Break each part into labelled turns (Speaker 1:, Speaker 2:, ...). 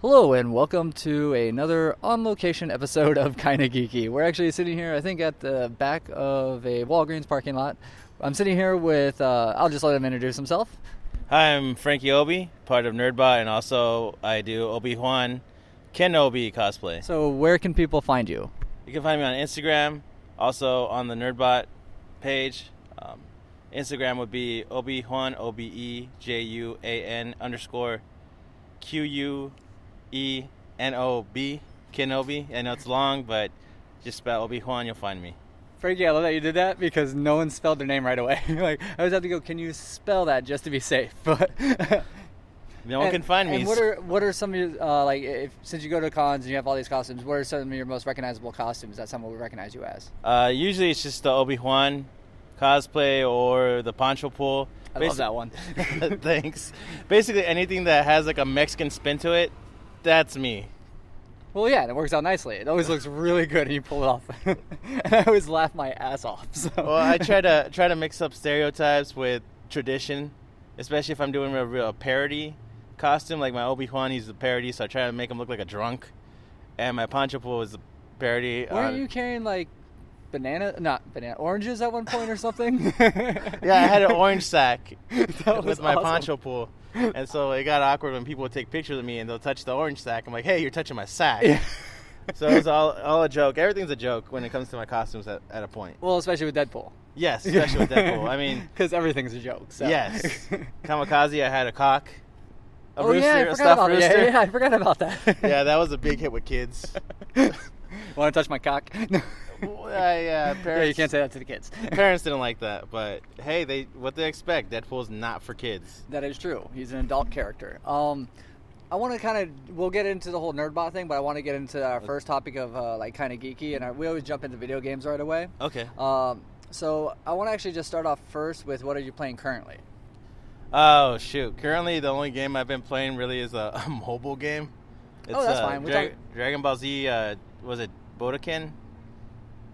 Speaker 1: Hello and welcome to another on location episode of Kinda Geeky. We're actually sitting here, I think, at the back of a Walgreens parking lot. I'm sitting here with, uh, I'll just let him introduce himself.
Speaker 2: Hi, I'm Frankie Obi, part of Nerdbot, and also I do Obi Juan Kenobi cosplay.
Speaker 1: So, where can people find you?
Speaker 2: You can find me on Instagram, also on the Nerdbot page. Um, Instagram would be Obi Juan O B E J U A N underscore Q U E N O B Kenobi. I know it's long, but just spell Obi Juan, you'll find me.
Speaker 1: Frankie, I love that you did that because no one spelled their name right away. like, I always have to go, can you spell that just to be safe? But.
Speaker 2: No one can find me.
Speaker 1: And what are what are some of your uh, like if since you go to cons and you have all these costumes, what are some of your most recognizable costumes that someone would recognize you as?
Speaker 2: Uh, usually it's just the Obi Wan cosplay or the poncho pool.
Speaker 1: I
Speaker 2: Basi-
Speaker 1: love that one.
Speaker 2: Thanks. Basically, anything that has like a Mexican spin to it, that's me.
Speaker 1: Well, yeah, and it works out nicely. It always looks really good, and you pull it off. and I always laugh my ass off. So.
Speaker 2: Well, I try to try to mix up stereotypes with tradition, especially if I'm doing a, real- a parody costume. Like my Obi Wan, he's a parody, so I try to make him look like a drunk. And my poncho pool is a parody. Um,
Speaker 1: Weren't
Speaker 2: on-
Speaker 1: you carrying like banana, not banana, oranges at one point or something?
Speaker 2: Yeah, I had an orange sack
Speaker 1: That was
Speaker 2: with my
Speaker 1: awesome.
Speaker 2: poncho pool. And so it got awkward when people would take pictures of me and they'll touch the orange sack. I'm like, hey, you're touching my sack.
Speaker 1: Yeah.
Speaker 2: So it's all, all a joke. Everything's a joke when it comes to my costumes at, at a point.
Speaker 1: Well, especially with Deadpool.
Speaker 2: Yes, especially with Deadpool. I mean,
Speaker 1: because everything's a joke. So.
Speaker 2: yes. Kamikaze, I had a cock, a
Speaker 1: oh
Speaker 2: rooster,
Speaker 1: yeah, I
Speaker 2: a
Speaker 1: forgot
Speaker 2: stuffed
Speaker 1: about that.
Speaker 2: rooster.
Speaker 1: Yeah, yeah, I forgot about that.
Speaker 2: Yeah, that was a big hit with kids.
Speaker 1: Want to touch my cock? No.
Speaker 2: Well, I, uh,
Speaker 1: yeah, you
Speaker 2: parents-
Speaker 1: can't say that to the kids.
Speaker 2: Parents didn't like that, but hey, they what they expect. Deadpool's not for kids.
Speaker 1: That is true. He's an adult character. Um, I want to kind of we'll get into the whole nerdbot thing, but I want to get into our first topic of uh, like kind of geeky, and I, we always jump into video games right away.
Speaker 2: Okay.
Speaker 1: Um, so I want to actually just start off first with what are you playing currently?
Speaker 2: Oh shoot! Currently, the only game I've been playing really is a, a mobile game. It's,
Speaker 1: Oh, that's
Speaker 2: uh,
Speaker 1: fine. We're
Speaker 2: Dra-
Speaker 1: talking-
Speaker 2: Dragon Ball Z. Uh, was it Budokan?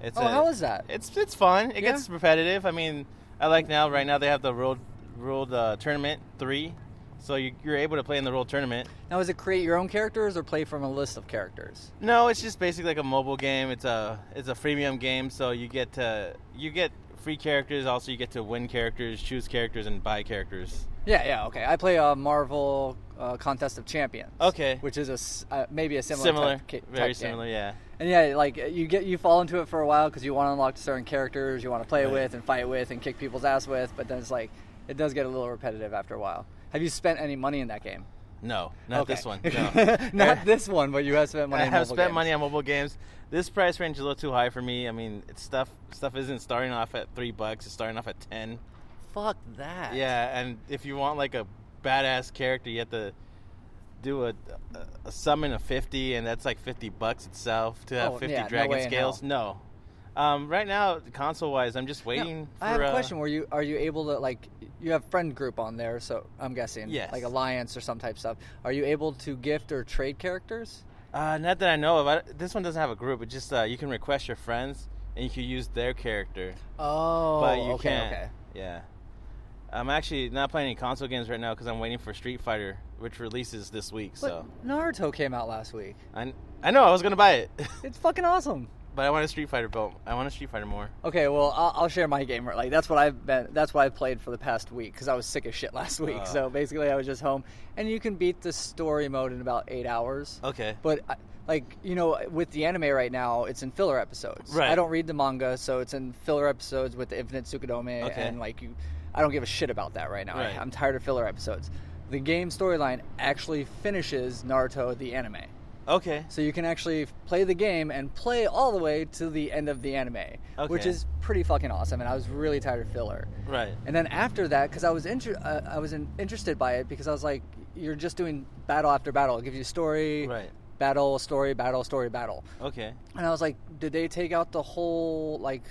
Speaker 2: It's
Speaker 1: Oh,
Speaker 2: a-
Speaker 1: how is that?
Speaker 2: It's it's fun. It
Speaker 1: Yeah?
Speaker 2: gets repetitive. I mean, I like now. Right now, they have the world world uh, tournament three, so you, you're able to play in the world tournament.
Speaker 1: Now, is it create your own characters or play from a list of characters?
Speaker 2: No, it's just basically like a mobile game. It's a it's a freemium game, so you get to you get free characters. Also, you get to win characters, choose characters, and buy characters.
Speaker 1: Yeah, yeah, okay. I play uh, Marvel uh, Contest of Champions.
Speaker 2: Okay.
Speaker 1: which is a s- uh, maybe a similar,
Speaker 2: Similar,
Speaker 1: type, ca- type
Speaker 2: very
Speaker 1: game.
Speaker 2: similar, yeah.
Speaker 1: And yeah, like you get you fall into it for a while because you want to unlock certain characters you want to play with and fight with and kick people's ass with, but then it's like it does get a little repetitive after a while. Have you spent any money in that game?
Speaker 2: No, not
Speaker 1: Okay.
Speaker 2: this one. No.
Speaker 1: Not this one, but you have spent money.
Speaker 2: I
Speaker 1: in
Speaker 2: have
Speaker 1: mobile
Speaker 2: spent
Speaker 1: games.
Speaker 2: money on mobile games. This price range is a little too high for me. I mean, it's stuff stuff isn't starting off at three bucks. It's starting off at ten.
Speaker 1: Fuck that.
Speaker 2: Yeah, and if you want like a badass character, you have to do a, a, a summon of fifty, and that's like fifty bucks itself to have
Speaker 1: Oh,
Speaker 2: fifty
Speaker 1: yeah, no
Speaker 2: dragon
Speaker 1: way in
Speaker 2: scales. No. Um, right now, console wise, I'm just
Speaker 1: Now,
Speaker 2: waiting. for,
Speaker 1: I have a
Speaker 2: uh,
Speaker 1: question. Were you are you able to like you have friend group on there? So I'm guessing,
Speaker 2: Yes.
Speaker 1: like alliance or some type stuff. Are you able to gift or trade characters?
Speaker 2: Uh, not that I know of. I, this one doesn't have a group. It just uh, you can request your friends, and you can use their character.
Speaker 1: Oh,
Speaker 2: but you
Speaker 1: okay,
Speaker 2: can't.
Speaker 1: okay.
Speaker 2: Yeah. I'm actually not playing any console games right now because I'm waiting for Street Fighter, which releases this week.
Speaker 1: But
Speaker 2: So
Speaker 1: Naruto came out last week.
Speaker 2: I, I know I was gonna buy it,
Speaker 1: It's fucking awesome.
Speaker 2: but I want a Street Fighter belt. I want a Street Fighter more.
Speaker 1: Okay, well, I'll, I'll share my game. Like that's what I've been. That's what I played for the past week because I was sick as shit last week.
Speaker 2: Oh.
Speaker 1: So basically, I was just home, and you can beat the story mode in about eight hours.
Speaker 2: Okay.
Speaker 1: But I- like you know, with the anime right now, it's in filler episodes.
Speaker 2: Right.
Speaker 1: I don't read the manga, so it's in filler episodes with the Infinite Tsukudomi,
Speaker 2: Okay.
Speaker 1: and like you, I don't give a shit about that right now. I-
Speaker 2: Right.
Speaker 1: I'm tired of filler episodes. The game storyline actually finishes Naruto the anime.
Speaker 2: Okay.
Speaker 1: So you can actually f- play the game and play all the way to the end of the anime, which
Speaker 2: Okay.
Speaker 1: is pretty fucking awesome. And I was really tired of filler.
Speaker 2: Right.
Speaker 1: And then after that, because I was inter- uh, I was in- interested by it because I was like, you're just doing battle after battle. It gives you story,
Speaker 2: Right.
Speaker 1: battle, story, battle, story, battle.
Speaker 2: Okay.
Speaker 1: And I was like, did they take out the whole like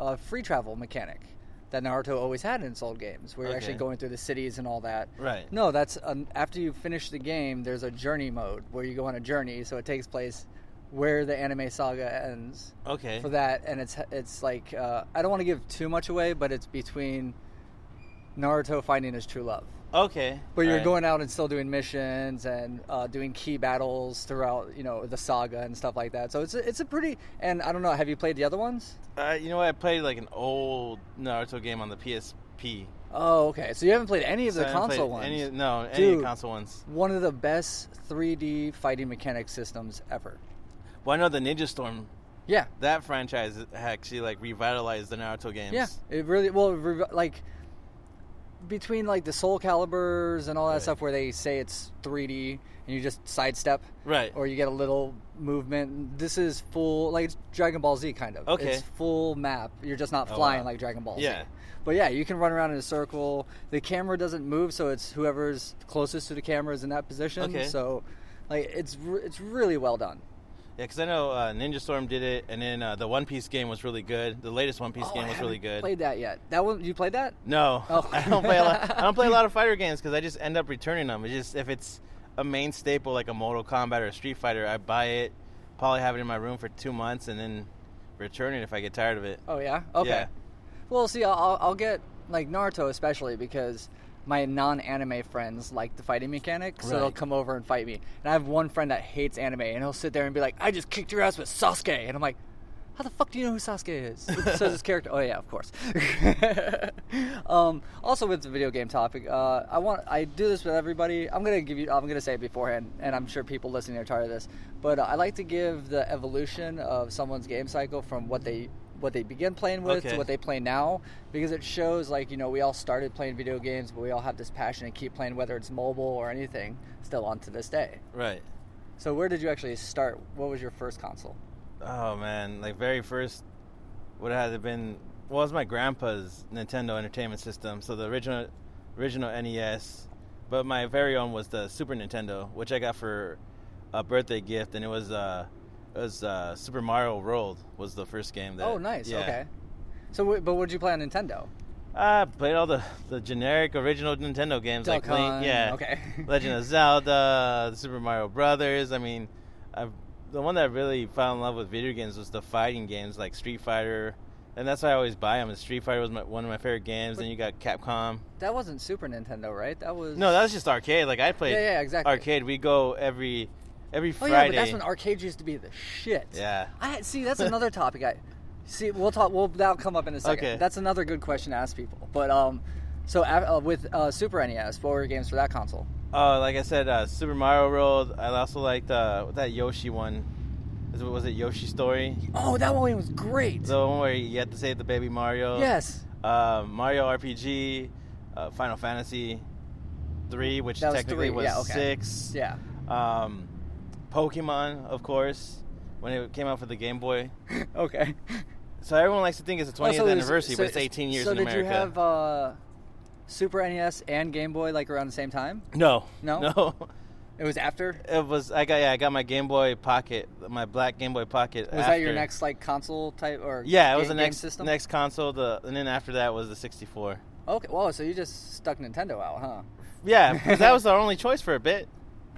Speaker 1: uh, free travel mechanic that Naruto always had in Soul games, where you're actually
Speaker 2: Okay.
Speaker 1: going through the cities and all that?
Speaker 2: Right.
Speaker 1: No, that's um, after you finish the game. There's a journey mode where you go on a journey, so it takes place where the anime saga ends
Speaker 2: Okay.
Speaker 1: for that, and it's it's like uh, I don't want to give too much away, but it's between Naruto finding his true love.
Speaker 2: Okay.
Speaker 1: But you're
Speaker 2: Alright.
Speaker 1: going out and still doing missions and uh, doing key battles throughout, you know, the saga and stuff like that. So it's a, it's a pretty and I don't know. Have you played the other ones?
Speaker 2: Uh, you know what? I played like an old Naruto game on the PSP.
Speaker 1: Oh, okay. So you haven't played any of
Speaker 2: So
Speaker 1: the
Speaker 2: I haven't
Speaker 1: console
Speaker 2: played
Speaker 1: ones.
Speaker 2: Any, no, any of
Speaker 1: Dude.
Speaker 2: the console ones.
Speaker 1: One of the best 3D fighting mechanic systems ever.
Speaker 2: Well, I know the Ninja Storm.
Speaker 1: Yeah,
Speaker 2: That franchise actually like revitalized the Naruto games.
Speaker 1: yeah. It really well, re- like between like the Soul Calibers and all that
Speaker 2: Right.
Speaker 1: stuff, where they say it's 3D and you just sidestep.
Speaker 2: Right.
Speaker 1: or you get a little movement. This is full, like it's Dragon Ball Z kind of.
Speaker 2: Okay.
Speaker 1: It's full map. You're just not
Speaker 2: Oh,
Speaker 1: flying
Speaker 2: wow.
Speaker 1: like Dragon Ball
Speaker 2: Yeah.
Speaker 1: Z. But yeah, you can run around in a circle. The camera doesn't move, so it's whoever's closest to the camera is in that position.
Speaker 2: Okay.
Speaker 1: So, like, it's re- it's really well done.
Speaker 2: Yeah, because I know uh, Ninja Storm did it, and then uh, the One Piece game was really good. The latest One Piece
Speaker 1: Oh, I
Speaker 2: game was really
Speaker 1: haven't
Speaker 2: good.
Speaker 1: Played that yet? That one you played that?
Speaker 2: No,
Speaker 1: Oh.
Speaker 2: I don't play. A lot, I don't play a lot of fighter games because I just end up returning them. It's just if it's a main staple like a Mortal Kombat or a Street Fighter, I buy it, probably have it in my room for two months, and then return it if I get tired of it.
Speaker 1: Oh yeah. Okay.
Speaker 2: Yeah.
Speaker 1: Well, see, I'll- I'll, I'll get like Naruto especially because my non-anime friends like the fighting mechanic, so they'll
Speaker 2: Right.
Speaker 1: come over and fight me. And I have one friend that hates anime, and he'll sit there and be like, "I just kicked your ass with Sasuke," and I'm like. How the fuck do you know who Sasuke is? It says his character. Oh yeah, of course. um, also, with the video game topic, uh, I want I do this with everybody. I'm gonna give you. I'm gonna say it beforehand, and I'm sure people listening are tired of this. But uh, I like to give the evolution of someone's game cycle from what they what they begin playing with to
Speaker 2: Okay.
Speaker 1: what they play now because it shows like you know we all started playing video games but we all have this passion and keep playing whether it's mobile or anything still on to this day
Speaker 2: Right.
Speaker 1: so where did you actually start what was your first console
Speaker 2: Oh man, like very first, what had it been? Well, it was my grandpa's Nintendo Entertainment System, so the original, original NES. But my very own was the Super Nintendo, which I got for a birthday gift, and it was uh, it was uh, Super Mario World was the first game that.
Speaker 1: oh nice
Speaker 2: yeah.
Speaker 1: okay so wh- but what did you play on nintendo
Speaker 2: I Uh, played all the the generic original Nintendo games like
Speaker 1: Duck
Speaker 2: Link,
Speaker 1: Hunt,
Speaker 2: yeah,
Speaker 1: okay
Speaker 2: Legend of Zelda, the Super Mario Brothers. I mean, i the one that I really fell in love with video games was the fighting games like Street Fighter, and that's why I always buy them. And Street Fighter was my, one of my favorite games. Then you got Capcom.
Speaker 1: that wasn't super nintendo right that was
Speaker 2: No, that was just arcade. Like I played
Speaker 1: yeah yeah exactly
Speaker 2: arcade. We go every every
Speaker 1: oh
Speaker 2: Friday.
Speaker 1: yeah but that's when arcades used to be the shit
Speaker 2: Yeah.
Speaker 1: I see. That's another topic. I see. We'll talk. We'll that'll come up in a second.
Speaker 2: Okay.
Speaker 1: That's another good question to ask people. But um, so uh, uh, with uh, Super NES, what were your games for that console?
Speaker 2: Oh, like I said, uh, Super Mario World. I also liked uh, that Yoshi one. Is it- Was it Yoshi Story?
Speaker 1: Oh, that one was great.
Speaker 2: The one where you had to save the baby Mario.
Speaker 1: yes,
Speaker 2: uh, Mario RPG, uh, Final Fantasy three, which
Speaker 1: That was
Speaker 2: technically
Speaker 1: three,
Speaker 2: was
Speaker 1: yeah, okay.
Speaker 2: six.
Speaker 1: yeah.
Speaker 2: Um, Pokemon, of course, when it came out for the Game Boy.
Speaker 1: okay.
Speaker 2: So everyone likes to think it's the
Speaker 1: Oh,
Speaker 2: 20th
Speaker 1: so it was-
Speaker 2: anniversary,
Speaker 1: so-
Speaker 2: but it's 18 years
Speaker 1: So
Speaker 2: in
Speaker 1: did
Speaker 2: America.
Speaker 1: you have uh, Super NES and Game Boy like around the same time?
Speaker 2: no,
Speaker 1: No?
Speaker 2: no.
Speaker 1: It was after.
Speaker 2: It was I got yeah, I got my Game Boy Pocket, my black Game Boy Pocket.
Speaker 1: Was that your
Speaker 2: after-
Speaker 1: next like console type or
Speaker 2: Yeah, it
Speaker 1: ga-
Speaker 2: was the
Speaker 1: game
Speaker 2: next
Speaker 1: system?
Speaker 2: next console. The and then after that was the 64.
Speaker 1: Okay. Whoa. So you just stuck Nintendo out, huh?
Speaker 2: Yeah, 'cause that was our only choice for a bit.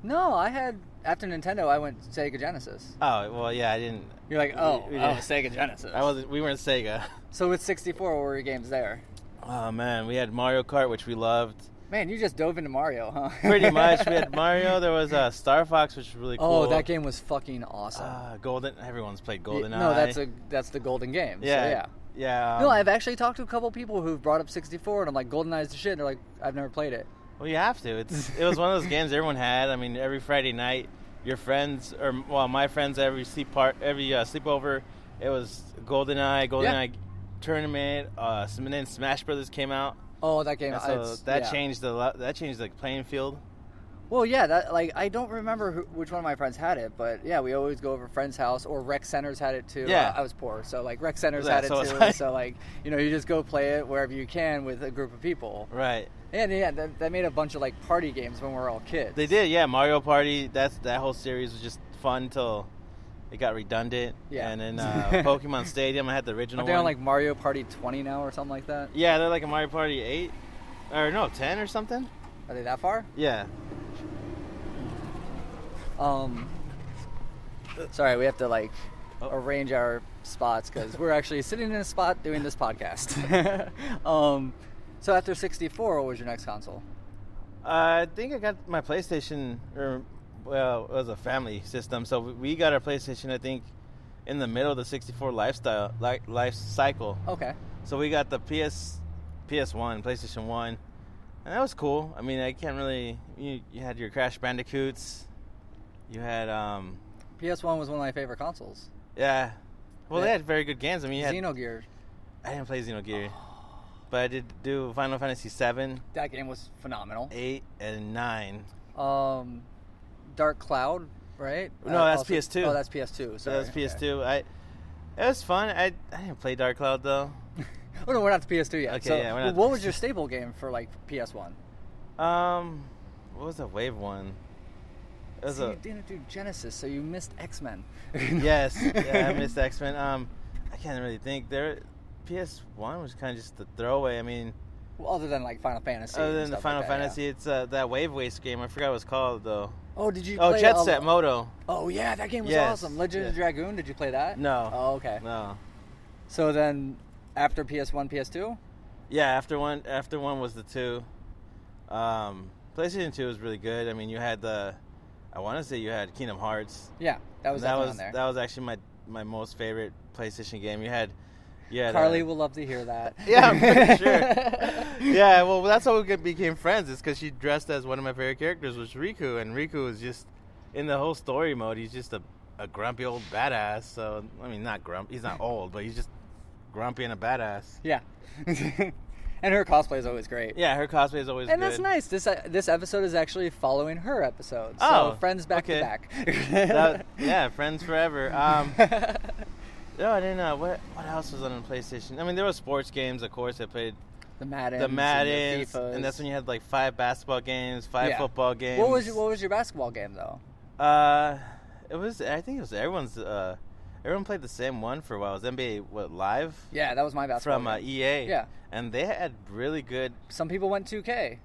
Speaker 1: No, I had after Nintendo, I went Sega Genesis.
Speaker 2: Oh well, yeah, I didn't.
Speaker 1: You're like, oh,
Speaker 2: We- we
Speaker 1: oh,
Speaker 2: did.
Speaker 1: Sega Genesis.
Speaker 2: I wasn't. We weren't Sega.
Speaker 1: so with 64, what were your games there?
Speaker 2: Oh man, we had Mario Kart, which we loved
Speaker 1: Man, you just dove into Mario, huh?
Speaker 2: pretty much. we had Mario. There was uh, Star Fox, which was really cool.
Speaker 1: Oh, that game was fucking awesome.
Speaker 2: Uh, Golden. Everyone's played
Speaker 1: Y-
Speaker 2: Golden.
Speaker 1: no, that's a that's the golden game. so
Speaker 2: yeah,
Speaker 1: yeah.
Speaker 2: yeah. um,
Speaker 1: no, I've actually talked to a couple people who've brought up 64, and I'm like, GoldenEye is the shit. And they're like, I've never played it.
Speaker 2: Well, you have to. It's it was one of those games everyone had. I mean, every Friday night, your friends or well, my friends every sleep part every uh, sleepover, it was GoldenEye, GoldenEye tournament. Uh, and then Smash Brothers came out.
Speaker 1: Oh, that game.
Speaker 2: And so
Speaker 1: it's-
Speaker 2: that
Speaker 1: yeah.
Speaker 2: changed the lo- that changed the playing field.
Speaker 1: Well, yeah, that like I don't remember who, which one of my friends had it, but yeah, we always go over a friend's house or rec centers had it too.
Speaker 2: Yeah.
Speaker 1: I, I was poor, so like rec centers
Speaker 2: Yeah,
Speaker 1: had it
Speaker 2: so it's
Speaker 1: too.
Speaker 2: like-
Speaker 1: so like you know, you just go play it wherever you can with a group of people.
Speaker 2: Right.
Speaker 1: And yeah, that, that made a bunch of like party games when we were all kids.
Speaker 2: They did, yeah. Mario Party. That's that whole series was just fun till it got redundant.
Speaker 1: Yeah.
Speaker 2: And then uh, Pokemon Stadium. I had the original
Speaker 1: Aren't they
Speaker 2: one.
Speaker 1: on like Mario Party 20 now or something like that?
Speaker 2: yeah, they're like a Mario Party eight, or no, ten or something.
Speaker 1: Are they that far?
Speaker 2: Yeah.
Speaker 1: Um, sorry, we have to like
Speaker 2: Oh.
Speaker 1: arrange our spots because we're actually sitting in a spot doing this podcast. um, so after 64, what was your next console?
Speaker 2: Uh, I think I got my PlayStation, or well, it was a family system, so we- we got our PlayStation. I think in the middle of the 64 lifestyle li- life cycle.
Speaker 1: Okay.
Speaker 2: So we got the PS, PS1, PlayStation One, and that was cool. I mean, I can't really. You, you had your Crash Bandicoots. You had um,
Speaker 1: PS1 was one of my favorite consoles.
Speaker 2: yeah. Well, they
Speaker 1: Yeah.
Speaker 2: had very good games. I mean, you had,
Speaker 1: Xenogears.
Speaker 2: I didn't play Xenogear,
Speaker 1: Oh.
Speaker 2: but I did do Final Fantasy Seven,
Speaker 1: That game was phenomenal.
Speaker 2: Eight, and Nine.
Speaker 1: Um, Dark Cloud, right?
Speaker 2: No, that's PS2.
Speaker 1: Oh, that's PS2.
Speaker 2: So
Speaker 1: Sorry.
Speaker 2: that was PS2. I it was fun. I I didn't play Dark Cloud though.
Speaker 1: Oh no, we're not to PS2 yet.
Speaker 2: Okay,
Speaker 1: so,
Speaker 2: yeah, we're not-
Speaker 1: what was your staple game for like PS1?
Speaker 2: Um, what was the Wave one? It was
Speaker 1: See,
Speaker 2: a
Speaker 1: you didn't do Genesis, so you missed X Men.
Speaker 2: yes. Yeah, I missed X Men. Um, I can't really think. There, PS One was kind of just the throwaway. I mean,
Speaker 1: Well, other than like Final Fantasy.
Speaker 2: other
Speaker 1: and
Speaker 2: than the
Speaker 1: stuff
Speaker 2: Final
Speaker 1: like that, yeah.
Speaker 2: Fantasy, it's uh, that Wave Waste game. I forgot what it's called though.
Speaker 1: Oh, did you?
Speaker 2: Oh,
Speaker 1: play,
Speaker 2: Jet
Speaker 1: uh,
Speaker 2: Set Moto.
Speaker 1: Oh yeah, that game was
Speaker 2: Yes,
Speaker 1: awesome. Legend of
Speaker 2: yeah.
Speaker 1: Dragoon. Did you play that?
Speaker 2: No.
Speaker 1: Oh okay.
Speaker 2: No.
Speaker 1: So then, after PS1, PS2.
Speaker 2: Yeah, after one, after one was the two. Um, PlayStation Two was really good. I mean, you had the, I want to say you had Kingdom Hearts.
Speaker 1: Yeah, that was
Speaker 2: that
Speaker 1: definitely
Speaker 2: was
Speaker 1: on there.
Speaker 2: that was actually my my most favorite PlayStation game. You had, uh, yeah,
Speaker 1: Carly will love to hear that.
Speaker 2: Yeah, I'm pretty sure. yeah, well, that's how we get- became friends. Is because she dressed as one of my favorite characters, was Riku, and Riku was just in the whole story mode. He's just a, a grumpy old badass. So I mean, not grumpy. He's not old, but he's just grumpy and a badass.
Speaker 1: yeah. and her cosplay is always great.
Speaker 2: Yeah, her cosplay is always
Speaker 1: And
Speaker 2: good.
Speaker 1: that's nice. This uh, this episode is actually following her episode. so
Speaker 2: Oh,
Speaker 1: friends back
Speaker 2: okay.
Speaker 1: to back.
Speaker 2: That- yeah, friends forever. Um, no, I didn't know what what else was on the PlayStation. I mean, there was sports games, of course. I played
Speaker 1: the Madden.
Speaker 2: the Madden,
Speaker 1: And,
Speaker 2: and that's when you had like five basketball games, five
Speaker 1: Yeah.
Speaker 2: football games.
Speaker 1: What was your, what was your basketball game though?
Speaker 2: Uh, it was. I think it was everyone's. Uh, everyone played the same one for a while. It was NBA what live
Speaker 1: Yeah, that was my basketball.
Speaker 2: from uh,
Speaker 1: game.
Speaker 2: EA.
Speaker 1: Yeah.
Speaker 2: and they had really good.
Speaker 1: Some people went 2K.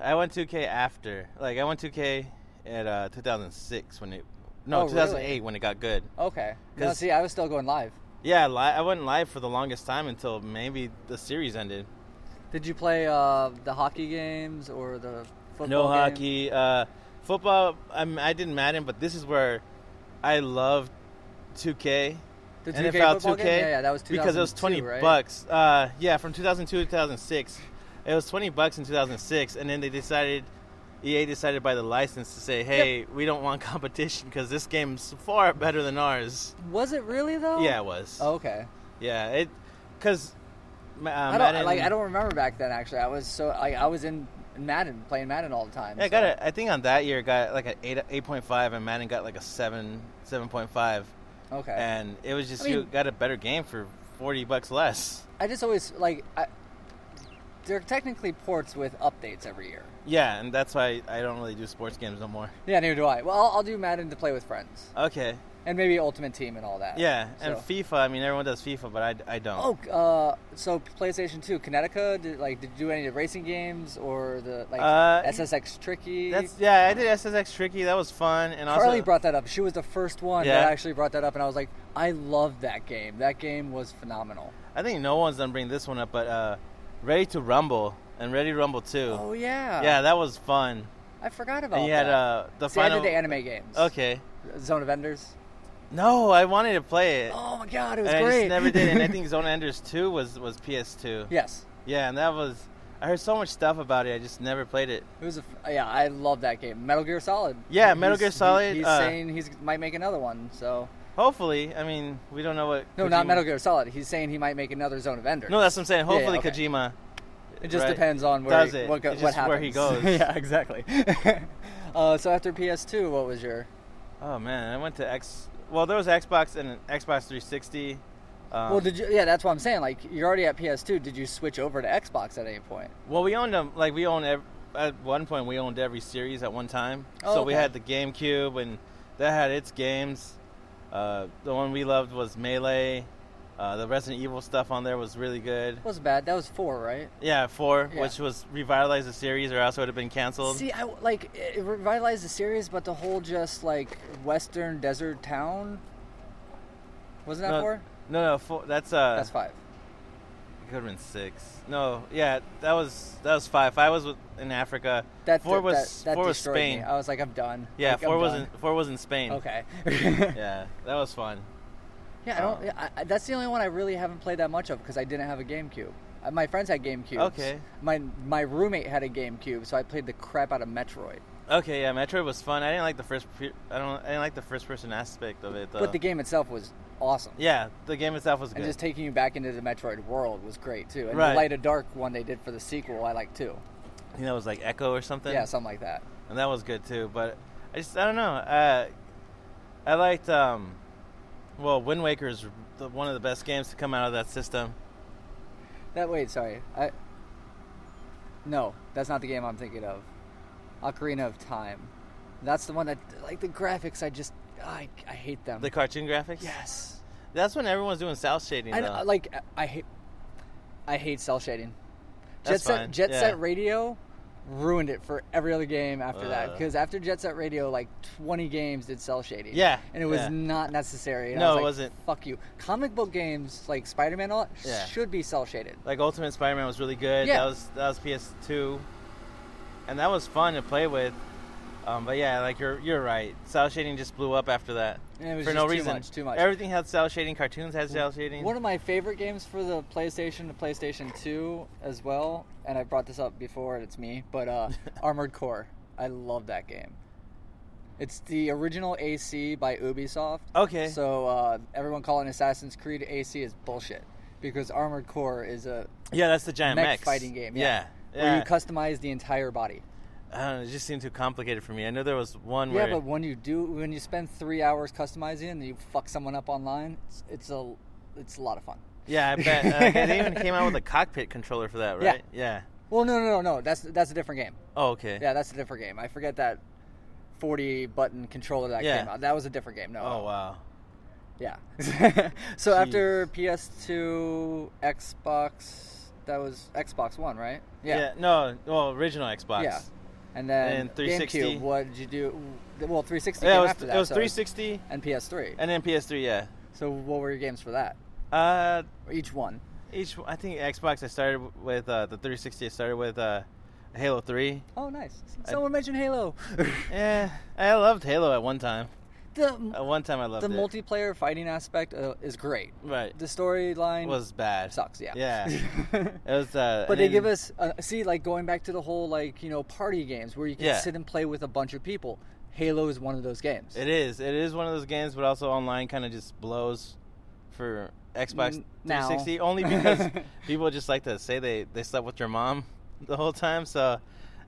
Speaker 2: I went 2K after. Like I went 2K at uh, 2006 when it.
Speaker 1: Oh,
Speaker 2: No,
Speaker 1: really?
Speaker 2: 2008 when it got good.
Speaker 1: Okay. No,
Speaker 2: 'Cause-
Speaker 1: see, I was still going live.
Speaker 2: Yeah, li- I went live for the longest time until maybe the series ended.
Speaker 1: Did you play uh, the hockey games or the football?
Speaker 2: no
Speaker 1: game?
Speaker 2: hockey, uh, football. I'm, I didn't Madden, but this is where I loved 2K.
Speaker 1: The 2K
Speaker 2: NFL
Speaker 1: football
Speaker 2: 2K.
Speaker 1: game? Yeah, yeah, that was
Speaker 2: because it was 20
Speaker 1: 2002, right?
Speaker 2: bucks. Uh, yeah, from 2002 to 2006, it was 20 bucks in 2006, and then they decided. EA decided by the license to say, "Hey, we don't want competition because this game's far better than ours."
Speaker 1: Was it really though?
Speaker 2: Yeah, it was.
Speaker 1: Oh, okay.
Speaker 2: Yeah, it because uh,
Speaker 1: I don't like. I don't remember back then. Actually, I was so I, I was in Madden playing Madden all the time.
Speaker 2: Yeah, I
Speaker 1: so-
Speaker 2: got it. I think on that year it got like an eight eight point five, and Madden got like a seven seven point five,
Speaker 1: Okay.
Speaker 2: and it was just
Speaker 1: I mean-
Speaker 2: you got a better game for forty bucks less.
Speaker 1: I just always like. I, they're technically ports with updates every year.
Speaker 2: Yeah, and that's why I don't really do sports games no more.
Speaker 1: Yeah, neither do I. Well, I'll, I'll do Madden to play with friends
Speaker 2: Okay,
Speaker 1: and maybe Ultimate Team and all that.
Speaker 2: yeah, and
Speaker 1: So-
Speaker 2: FIFA. I mean, everyone does FIFA, but I, I don't.
Speaker 1: Oh, uh, so PlayStation Two, Connecticut. Did, like, did you do any of the racing games or the like
Speaker 2: Uh,
Speaker 1: SSX Tricky?
Speaker 2: that's yeah. I did SSX Tricky. That was fun, and also
Speaker 1: Carly brought that up. She was the first one
Speaker 2: Yeah.
Speaker 1: that actually brought that up, and I was like, I love that game. That game was phenomenal.
Speaker 2: I think no one's done bring this one up, but uh, Ready to Rumble and Ready to Rumble Two.
Speaker 1: Oh yeah,
Speaker 2: yeah, that was fun.
Speaker 1: I forgot about
Speaker 2: And you had
Speaker 1: that.
Speaker 2: uh, the
Speaker 1: See,
Speaker 2: final.
Speaker 1: I did the anime games.
Speaker 2: okay.
Speaker 1: Zone of Enders.
Speaker 2: No, I wanted to play it.
Speaker 1: Oh my god, it was
Speaker 2: and
Speaker 1: great.
Speaker 2: I just never did. And I think Zone Enders 2 was, was PS2.
Speaker 1: yes,
Speaker 2: Yeah, and that was. I heard so much stuff about it. I just never played it.
Speaker 1: it was. A, f- yeah, I love that game. Metal Gear Solid.
Speaker 2: Yeah, Metal
Speaker 1: He's-
Speaker 2: Gear
Speaker 1: he-
Speaker 2: Solid,
Speaker 1: he's
Speaker 2: uh,
Speaker 1: saying he's might make another one. So
Speaker 2: Hopefully, I mean, we don't know what.
Speaker 1: no, not
Speaker 2: Kojima-
Speaker 1: Metal Gear Solid. He's saying he might make another Zone of Enders.
Speaker 2: No, that's what I'm saying.
Speaker 1: yeah,
Speaker 2: Hopefully,
Speaker 1: okay.
Speaker 2: Kojima.
Speaker 1: It just
Speaker 2: right.
Speaker 1: depends on where
Speaker 2: Does
Speaker 1: he,
Speaker 2: it.
Speaker 1: what go,
Speaker 2: It's
Speaker 1: what
Speaker 2: just
Speaker 1: happens.
Speaker 2: where he goes.
Speaker 1: yeah, exactly. uh, so after PS2, what was your?
Speaker 2: Oh man, I went to X. Well, there was Xbox and an Xbox 360. Um,
Speaker 1: well, did you? Yeah, that's what I'm saying. Like you're already at PS2. Did you switch over to Xbox at any point?
Speaker 2: Well, we owned them. Like we owned ev at one point. We owned every series at one time.
Speaker 1: Oh,
Speaker 2: so we
Speaker 1: okay.
Speaker 2: had the GameCube, and that had its games. Uh, the one we loved was Melee. Uh, the Resident Evil stuff on there was really good.
Speaker 1: That was bad. That was four, right?
Speaker 2: Yeah, four,
Speaker 1: Yeah.
Speaker 2: which was revitalized the series, or else it would have been canceled.
Speaker 1: See, I like it revitalized the series, but the whole just like Western desert town. Wasn't that
Speaker 2: No,
Speaker 1: four?
Speaker 2: No, no, four, that's uh,
Speaker 1: That's five.
Speaker 2: could have been six. No, yeah, that was that was five. Five was with, in Africa.
Speaker 1: That
Speaker 2: four
Speaker 1: that,
Speaker 2: was
Speaker 1: that, that
Speaker 2: four was
Speaker 1: destroyed
Speaker 2: Spain.
Speaker 1: Me. I was like, I'm done.
Speaker 2: Yeah,
Speaker 1: Like, I'm
Speaker 2: four was
Speaker 1: done.
Speaker 2: in four was in Spain.
Speaker 1: Okay.
Speaker 2: Yeah, that was fun.
Speaker 1: Yeah, I don't. I, I- that's the only one I really haven't played that much of because I didn't have a GameCube. Uh, My friends had GameCubes.
Speaker 2: Okay.
Speaker 1: My my roommate had a GameCube, so I played the crap out of Metroid.
Speaker 2: Okay, yeah, Metroid was fun. I didn't like the first. Pre- I don't. I didn't like the first person aspect of it though.
Speaker 1: But the game itself was awesome.
Speaker 2: yeah, the game itself was
Speaker 1: And
Speaker 2: good.
Speaker 1: just taking you back into the Metroid world was great too. And the
Speaker 2: Right.
Speaker 1: Light of Dark one they did for the sequel, I like too.
Speaker 2: I think that was like Echo or something.
Speaker 1: yeah, something like that.
Speaker 2: and that was good too. But I just I don't know. Uh, I liked um, well, Wind Waker is the, one of the best games to come out of that system.
Speaker 1: That wait, sorry. I No, that's not the game I'm thinking of. Ocarina of Time. That's the one that like the graphics I just I, I hate them.
Speaker 2: The cartoon graphics.
Speaker 1: yes.
Speaker 2: That's when everyone's doing cell shading.
Speaker 1: I
Speaker 2: though.
Speaker 1: know, like I hate I hate cell shading.
Speaker 2: That's
Speaker 1: Jet Set
Speaker 2: fine,
Speaker 1: Jet
Speaker 2: yeah.
Speaker 1: Set Radio ruined it for every other game after that
Speaker 2: Uh.
Speaker 1: because after Jet Set Radio like 20 games did cell shading.
Speaker 2: Yeah,
Speaker 1: And it was
Speaker 2: yeah.
Speaker 1: not necessary. and I
Speaker 2: No,
Speaker 1: was
Speaker 2: it
Speaker 1: like,
Speaker 2: wasn't.
Speaker 1: Fuck you. Comic book games like Spider-Man a lot
Speaker 2: Yeah.
Speaker 1: should be cell shaded.
Speaker 2: like Ultimate Spider-Man was really good.
Speaker 1: Yeah.
Speaker 2: That was that was PS2, and that was fun to play with. Um, but yeah, like you're you're right. Cell shading just blew up after that
Speaker 1: And it was
Speaker 2: for
Speaker 1: just
Speaker 2: no
Speaker 1: too
Speaker 2: reason.
Speaker 1: much, too much.
Speaker 2: Everything had cell shading. Cartoons had cell shading.
Speaker 1: One of my favorite games for the PlayStation, the PlayStation 2 as well, and I brought this up before, and it's me, but uh, Armored Core. I love that game. It's the original AC by Ubisoft.
Speaker 2: Okay.
Speaker 1: So uh, everyone calling Assassin's Creed AC is bullshit because Armored Core is a
Speaker 2: yeah, that's the giant
Speaker 1: mech
Speaker 2: mechs.
Speaker 1: fighting game.
Speaker 2: Yeah.
Speaker 1: Yeah.
Speaker 2: yeah.
Speaker 1: Where you customize the entire body.
Speaker 2: I don't know, it just seemed too complicated for me. I know there was one
Speaker 1: Yeah,
Speaker 2: where
Speaker 1: but when you do, when you spend three hours customizing and you fuck someone up online, it's, it's a, it's a lot of fun.
Speaker 2: yeah, I bet uh, they even came out with a cockpit controller for that,
Speaker 1: Yeah.
Speaker 2: right? Yeah.
Speaker 1: Well, no, no, no, no. That's that's a different game.
Speaker 2: Oh, okay.
Speaker 1: Yeah, that's a different game. I forget that 40 button controller that
Speaker 2: Yeah.
Speaker 1: came out. That was a different game. No.
Speaker 2: Oh wow.
Speaker 1: Yeah. so after PS2, Xbox, that was Xbox One, right?
Speaker 2: No. Well, original Xbox.
Speaker 1: Yeah. And then
Speaker 2: And 360.
Speaker 1: GameCube. What did you do? Well, 360
Speaker 2: Yeah,
Speaker 1: came
Speaker 2: it was,
Speaker 1: after that.
Speaker 2: it was
Speaker 1: so-
Speaker 2: 360
Speaker 1: and PS3.
Speaker 2: and then PS3. Yeah.
Speaker 1: so what were your games for that?
Speaker 2: Uh,
Speaker 1: Each one.
Speaker 2: each I think Xbox I started with uh, the 360. I started with uh, Halo 3.
Speaker 1: Oh, nice.
Speaker 2: I-
Speaker 1: Someone mentioned Halo.
Speaker 2: Yeah, Eh, I loved Halo at one time.
Speaker 1: the
Speaker 2: At one time I loved
Speaker 1: the
Speaker 2: it.
Speaker 1: multiplayer fighting aspect uh, is great.
Speaker 2: right.
Speaker 1: The storyline
Speaker 2: was bad.
Speaker 1: sucks. Yeah.
Speaker 2: Yeah. It was. Uh,
Speaker 1: But
Speaker 2: I
Speaker 1: they give
Speaker 2: didn't-
Speaker 1: us uh, see like going back to the whole like you know party games where you can
Speaker 2: Yeah.
Speaker 1: sit and play with a bunch of people. Halo is one of those games.
Speaker 2: It is. It is one of those games, but also online kind of just blows for Xbox
Speaker 1: N- now.
Speaker 2: 360 only because people just like to say they they slept with your mom the whole time. So,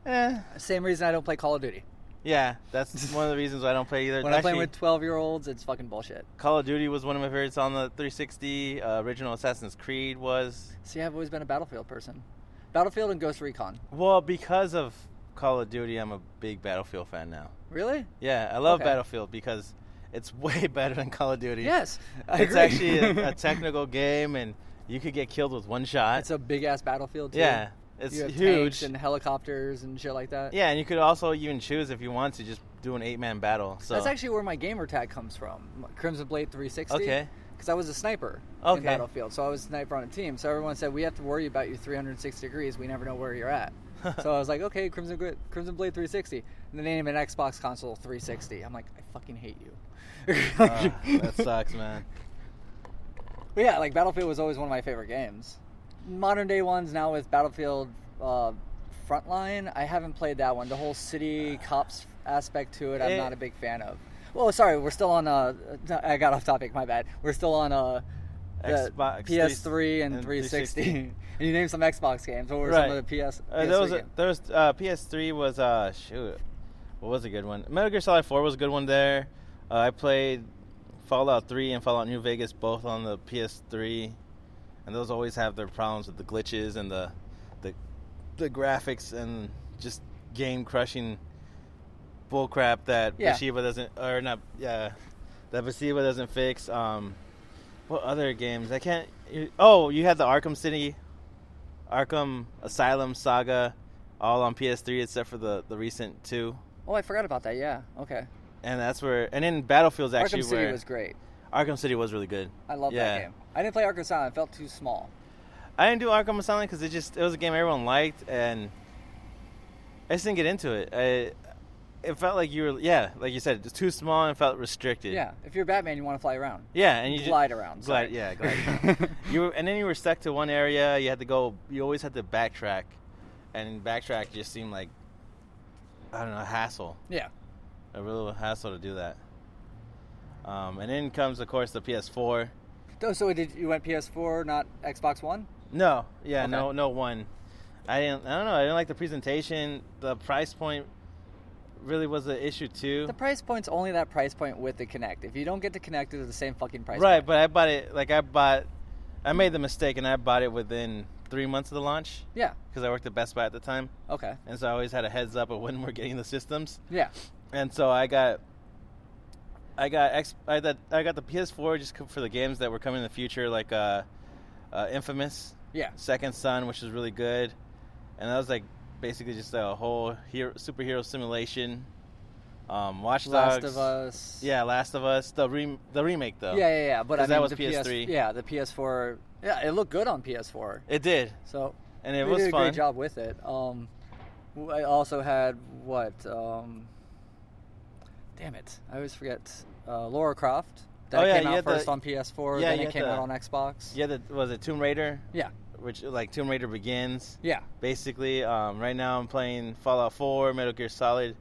Speaker 2: eh,
Speaker 1: Same reason I don't play Call of Duty.
Speaker 2: yeah, that's one of the reasons why I don't play either.
Speaker 1: When I'm playing
Speaker 2: Actually,
Speaker 1: with 12 year olds, it's fucking bullshit.
Speaker 2: Call of Duty was one of my favorites on the 360. Uh, original Assassin's Creed was
Speaker 1: See, I've always been a Battlefield person. Battlefield and Ghost Recon.
Speaker 2: well because of Call of Duty. I'm a big Battlefield fan now.
Speaker 1: Really?
Speaker 2: Yeah, I love
Speaker 1: Okay.
Speaker 2: Battlefield because it's way better than Call of Duty.
Speaker 1: Yes. I
Speaker 2: it's
Speaker 1: agree.
Speaker 2: actually a, a technical game, and you could get killed with one shot.
Speaker 1: It's a big ass battlefield. Too.
Speaker 2: yeah, it's
Speaker 1: you have
Speaker 2: huge.
Speaker 1: tanks and helicopters and shit like that.
Speaker 2: yeah, and you could also even choose if you want to just do an eight-man battle. So
Speaker 1: That's actually where my gamer tag comes from. M- Crimson Blade 360.
Speaker 2: Okay.
Speaker 1: Because I was a sniper
Speaker 2: Okay.
Speaker 1: in Battlefield, so I was a sniper on a team. So everyone said we have to worry about you 360 degrees. We never know where you're at. so I was like, okay, Crimson Gri- Crimson Blade 360, and the name of an Xbox console 360. I'm like, I fucking hate you.
Speaker 2: Uh, that sucks, man.
Speaker 1: But yeah, like Battlefield was always one of my favorite games. Modern day ones now with Battlefield uh, Frontline, I haven't played that one. The whole city cops aspect to it, I'm
Speaker 2: Eh.
Speaker 1: not a big fan of. Well, sorry, we're still on. Uh, I got off topic. My bad. We're still on. Uh, the
Speaker 2: Xbox
Speaker 1: PS3 and,
Speaker 2: and
Speaker 1: 360. and you named some Xbox games. What were some
Speaker 2: Right.
Speaker 1: of the PS?
Speaker 2: Uh, there
Speaker 1: PS3
Speaker 2: was a,
Speaker 1: games?
Speaker 2: there was uh, PS3 was uh shoot, what was a good one? Metal Gear Solid 4 was a good one there. Uh, I played Fallout 3 and Fallout New Vegas both on the PS3, and those always have their problems with the glitches and the the the graphics and just game crushing bullcrap that
Speaker 1: Yeah.
Speaker 2: Bathsheba doesn't or not yeah that Bathsheba doesn't fix. Um, what other games? I can't. you- Oh, you had the Arkham City, Arkham Asylum Saga, all on PS3 except for the the recent two.
Speaker 1: oh, I forgot about that. Yeah. Okay.
Speaker 2: And that's where. And then Battlefield's actually
Speaker 1: Arkham City
Speaker 2: where
Speaker 1: was great.
Speaker 2: Arkham City was really good.
Speaker 1: I love
Speaker 2: Yeah.
Speaker 1: that game. I didn't play Arkham Asylum. It felt too small.
Speaker 2: I didn't do Arkham Asylum because it just it was a game everyone liked, and I just didn't get into it. I it felt like you were yeah, like you said, it was too small and felt restricted.
Speaker 1: Yeah, if you're Batman, you want to fly around.
Speaker 2: Yeah, and you ju-
Speaker 1: glide around.
Speaker 2: Glide,
Speaker 1: sorry.
Speaker 2: yeah, glide. around. you were, and then you were stuck to one area. You had to go. You always had to backtrack, and backtrack just seemed like I don't know a hassle,
Speaker 1: yeah,
Speaker 2: a real hassle to do that. Um, and then comes, of course, the PS4.
Speaker 1: Oh, so did you went PS4, not Xbox One?
Speaker 2: No, yeah, no,
Speaker 1: Okay.
Speaker 2: no one. I didn't. I don't know. I didn't like the presentation. The price point really was an issue too.
Speaker 1: The price point's only that price point with the Connect. If you don't get the Connect, it's the same fucking price.
Speaker 2: right,
Speaker 1: point.
Speaker 2: but I bought it. Like I bought, I made the mistake and I bought it within three months of the launch
Speaker 1: Yeah.
Speaker 2: because I worked at Best Buy at the time,
Speaker 1: Okay.
Speaker 2: and so I always had a heads up of when we're getting the systems.
Speaker 1: Yeah.
Speaker 2: And so I got, I got X, I got I got the PS4 just for the games that were coming in the future, like uh, uh Infamous.
Speaker 1: Yeah.
Speaker 2: Second Son, which is really good, and that was like basically just a whole hero, superhero simulation. Um, Watch
Speaker 1: Last
Speaker 2: Dogs,
Speaker 1: of Us.
Speaker 2: yeah, Last of Us, the re- the remake though.
Speaker 1: Yeah, yeah, yeah. But I
Speaker 2: 'Cause
Speaker 1: mean,
Speaker 2: that was
Speaker 1: the
Speaker 2: PS3.
Speaker 1: PS, yeah, the PS4. Yeah, it looked good on PS4.
Speaker 2: it did,
Speaker 1: So
Speaker 2: and it
Speaker 1: they
Speaker 2: was
Speaker 1: did a
Speaker 2: fun.
Speaker 1: great job with it. Um, w- I also had what? Um, damn it, I always forget. Uh, Laura Croft. That
Speaker 2: Oh, yeah,
Speaker 1: came
Speaker 2: you
Speaker 1: out
Speaker 2: had the-
Speaker 1: first on PS4.
Speaker 2: Yeah,
Speaker 1: then
Speaker 2: you
Speaker 1: it
Speaker 2: had
Speaker 1: came
Speaker 2: the-
Speaker 1: out on Xbox.
Speaker 2: Yeah, the, was it Tomb Raider,
Speaker 1: Yeah.
Speaker 2: which like Tomb Raider begins.
Speaker 1: Yeah.
Speaker 2: Basically, um, right now I'm playing Fallout 4, Metal Gear Solid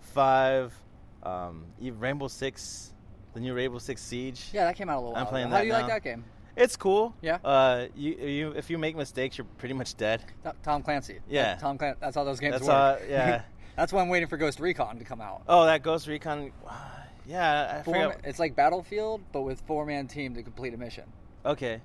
Speaker 2: 5, um, even Rainbow Six, the new Rainbow Six Siege.
Speaker 1: Yeah, that came out a little while.
Speaker 2: I'm
Speaker 1: ago.
Speaker 2: playing
Speaker 1: How
Speaker 2: that
Speaker 1: do you
Speaker 2: now.
Speaker 1: like that game?
Speaker 2: It's cool.
Speaker 1: Yeah.
Speaker 2: Uh, you, you if you make mistakes, you're pretty much dead.
Speaker 1: Th- Tom Clancy.
Speaker 2: Yeah.
Speaker 1: That- Tom Clancy. That's how those games
Speaker 2: That's
Speaker 1: work.
Speaker 2: all- yeah.
Speaker 1: that's why I'm waiting for Ghost Recon to come out.
Speaker 2: Oh, that Ghost Recon. uh, Yeah, I
Speaker 1: Four-
Speaker 2: forgot.
Speaker 1: it's like Battlefield, but with four-man team to complete a mission.
Speaker 2: Okay,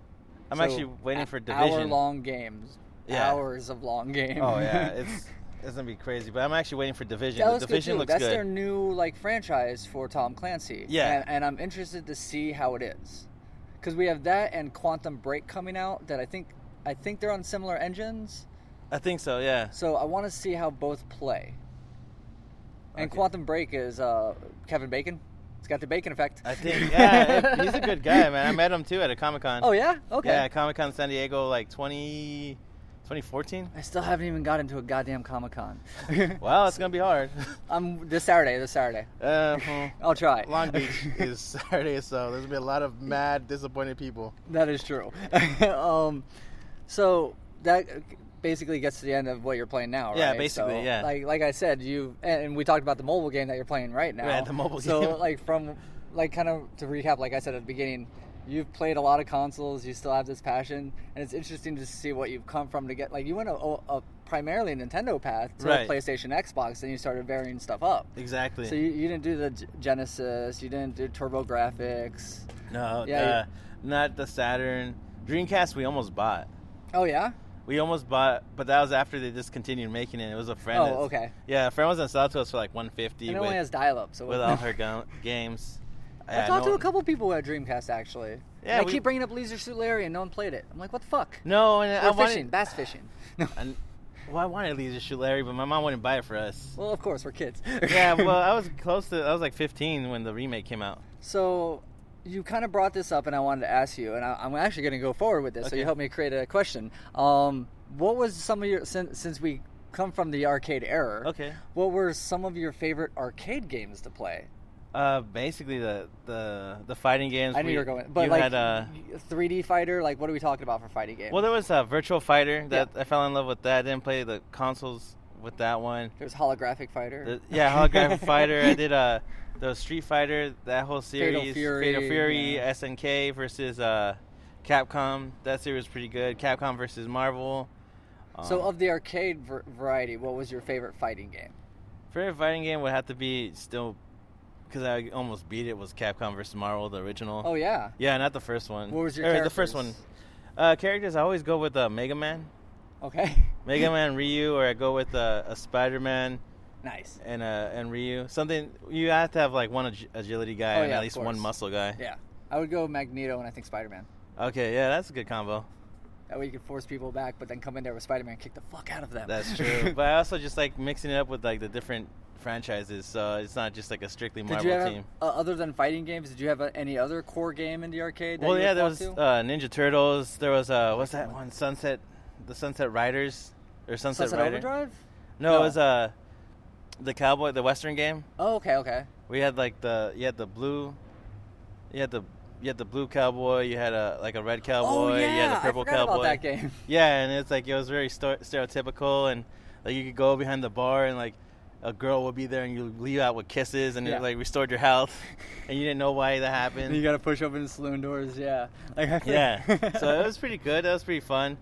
Speaker 2: I'm actually waiting for
Speaker 1: Hour
Speaker 2: Division.
Speaker 1: long games.
Speaker 2: Yeah.
Speaker 1: Hours of long games.
Speaker 2: Oh yeah, it's it's gonna be crazy. But I'm actually waiting for Division.
Speaker 1: That
Speaker 2: the
Speaker 1: looks good
Speaker 2: Division
Speaker 1: too.
Speaker 2: looks
Speaker 1: That's
Speaker 2: good.
Speaker 1: their new like franchise for Tom Clancy.
Speaker 2: Yeah.
Speaker 1: and, and I'm interested to see how it is, because we have that and Quantum Break coming out. That I think I think they're on similar engines,
Speaker 2: I think so. Yeah.
Speaker 1: so I want to see how both play. And
Speaker 2: Okay.
Speaker 1: Quantum Break is uh, Kevin Bacon. It's got the Bacon effect.
Speaker 2: I think yeah, he's a good guy, man. I met him too at a Comic Con.
Speaker 1: oh yeah, okay.
Speaker 2: Yeah, Comic Con San Diego, like 20, 2014.
Speaker 1: I still haven't even got into a goddamn Comic Con.
Speaker 2: Wow, it's gonna be hard.
Speaker 1: I'm this Saturday. This Saturday,
Speaker 2: Uh, well,
Speaker 1: I'll try.
Speaker 2: Long Beach is Saturday, so there's gonna be a lot of mad, disappointed people.
Speaker 1: That is true. um, so that basically gets to the end of what you're playing now, right?
Speaker 2: Yeah, basically,
Speaker 1: So,
Speaker 2: yeah.
Speaker 1: Like like I said, you and and we talked about the mobile game that you're playing right now.
Speaker 2: Yeah, the mobile
Speaker 1: so,
Speaker 2: game.
Speaker 1: like from like kind of to recap, like I said at the beginning, you've played a lot of consoles. You still have this passion, and it's interesting to see what you've come from to get. Like you went a, a primarily Nintendo path to a
Speaker 2: Right.
Speaker 1: PlayStation, Xbox, and you started varying stuff up.
Speaker 2: Exactly.
Speaker 1: So you, you didn't do the G- Genesis, you didn't do Turbo Graphics.
Speaker 2: No,
Speaker 1: Yeah,
Speaker 2: uh, not the Saturn. Dreamcast we almost bought.
Speaker 1: Oh yeah.
Speaker 2: We almost bought, but that was after they discontinued making it. It was a friend.
Speaker 1: Oh,
Speaker 2: that's-
Speaker 1: okay.
Speaker 2: Yeah, a friend was gonna sell it to us for like 150
Speaker 1: And it
Speaker 2: with,
Speaker 1: only has dial-up, so
Speaker 2: with all her go- games. Yeah,
Speaker 1: I talked
Speaker 2: no-
Speaker 1: to a couple people at Dreamcast actually.
Speaker 2: Yeah,
Speaker 1: Yeah, I
Speaker 2: we-
Speaker 1: keep bringing up Leisure Suit Larry and no one played it. I'm like, what the fuck?
Speaker 2: No, and I
Speaker 1: We're fishing,
Speaker 2: wanted.
Speaker 1: bass fishing.
Speaker 2: and- well, I wanted Leisure Shoot Larry, but my mom wouldn't buy it for us.
Speaker 1: well, of course, we're kids.
Speaker 2: yeah, well, I was close to. I was like 15 when the remake came out.
Speaker 1: so you kind of brought this up, and I wanted to ask you, and I, I'm actually going to go forward with this. So
Speaker 2: Okay.
Speaker 1: you helped me create a question. Um, what was some of your since, since we come from the arcade era?
Speaker 2: Okay.
Speaker 1: What were some of your favorite arcade games to play?
Speaker 2: Uh, basically the the the fighting games.
Speaker 1: I knew
Speaker 2: we-
Speaker 1: you were going, but
Speaker 2: you
Speaker 1: like
Speaker 2: had, uh,
Speaker 1: 3D fighter. Like, what are we talking about for fighting games?
Speaker 2: Well, there was a Virtual Fighter that I fell in love with. That I didn't play the consoles with that one.
Speaker 1: there's holographic fighter.
Speaker 2: The- yeah, Holographic Fighter. I did uh, the Street Fighter that whole series.
Speaker 1: Fatal Fury,
Speaker 2: Fury,
Speaker 1: yeah.
Speaker 2: SNK versus uh, Capcom. That series was pretty good. Capcom versus Marvel. Um,
Speaker 1: So, of the arcade ver- variety, what was your favorite fighting game?
Speaker 2: favorite fighting game would have to be still because I almost beat it was Capcom versus Marvel, the original.
Speaker 1: Oh yeah,
Speaker 2: Yeah, not the first one.
Speaker 1: what was your
Speaker 2: Or Uh-huh. the first one?
Speaker 1: characters?
Speaker 2: Uh, characters I always go with uh, Mega Man,
Speaker 1: Okay,
Speaker 2: Mega Man Ryu, or I go with uh, a Spider Man.
Speaker 1: nice.
Speaker 2: and uh and Ryu. Something you have to have like one ag- agility guy
Speaker 1: Oh,
Speaker 2: and
Speaker 1: yeah,
Speaker 2: at
Speaker 1: of
Speaker 2: least one
Speaker 1: course.
Speaker 2: muscle guy.
Speaker 1: Yeah, I would go Magneto and I think Spider Man.
Speaker 2: Okay, yeah, that's a good combo.
Speaker 1: That way you could force people back, but then come in there with Spider Man, kick the fuck out of them.
Speaker 2: That's true. but I also just like mixing it up with like the different franchises, so it's not just like a strictly
Speaker 1: Did
Speaker 2: Marvel
Speaker 1: you have
Speaker 2: team.
Speaker 1: uh, other than fighting games? Did you have uh, any other core game in the arcade? That
Speaker 2: Well,
Speaker 1: you
Speaker 2: yeah,
Speaker 1: would
Speaker 2: there
Speaker 1: want
Speaker 2: was
Speaker 1: to?
Speaker 2: uh, Ninja Turtles. There was uh, what's that one? Sunset, the Sunset Riders or Sunset,
Speaker 1: Sunset
Speaker 2: Rider?
Speaker 1: Overdrive.
Speaker 2: No,
Speaker 1: No.
Speaker 2: it was uh, the cowboy, the western game.
Speaker 1: Oh, okay, okay.
Speaker 2: We had like the you had the blue, you had the you had the blue cowboy. You had a like a red cowboy.
Speaker 1: oh yeah,
Speaker 2: you had the purple
Speaker 1: I forgot
Speaker 2: cowboy.
Speaker 1: about that game.
Speaker 2: Yeah, and it's like it was very sto- stereotypical, and like you could go behind the bar and like a girl would be there, and you leave out with kisses, and
Speaker 1: Yeah.
Speaker 2: it like restored your health, and you didn't know why that happened.
Speaker 1: you gotta push open the saloon doors. Yeah, like I
Speaker 2: yeah, so it was pretty good. That was pretty fun.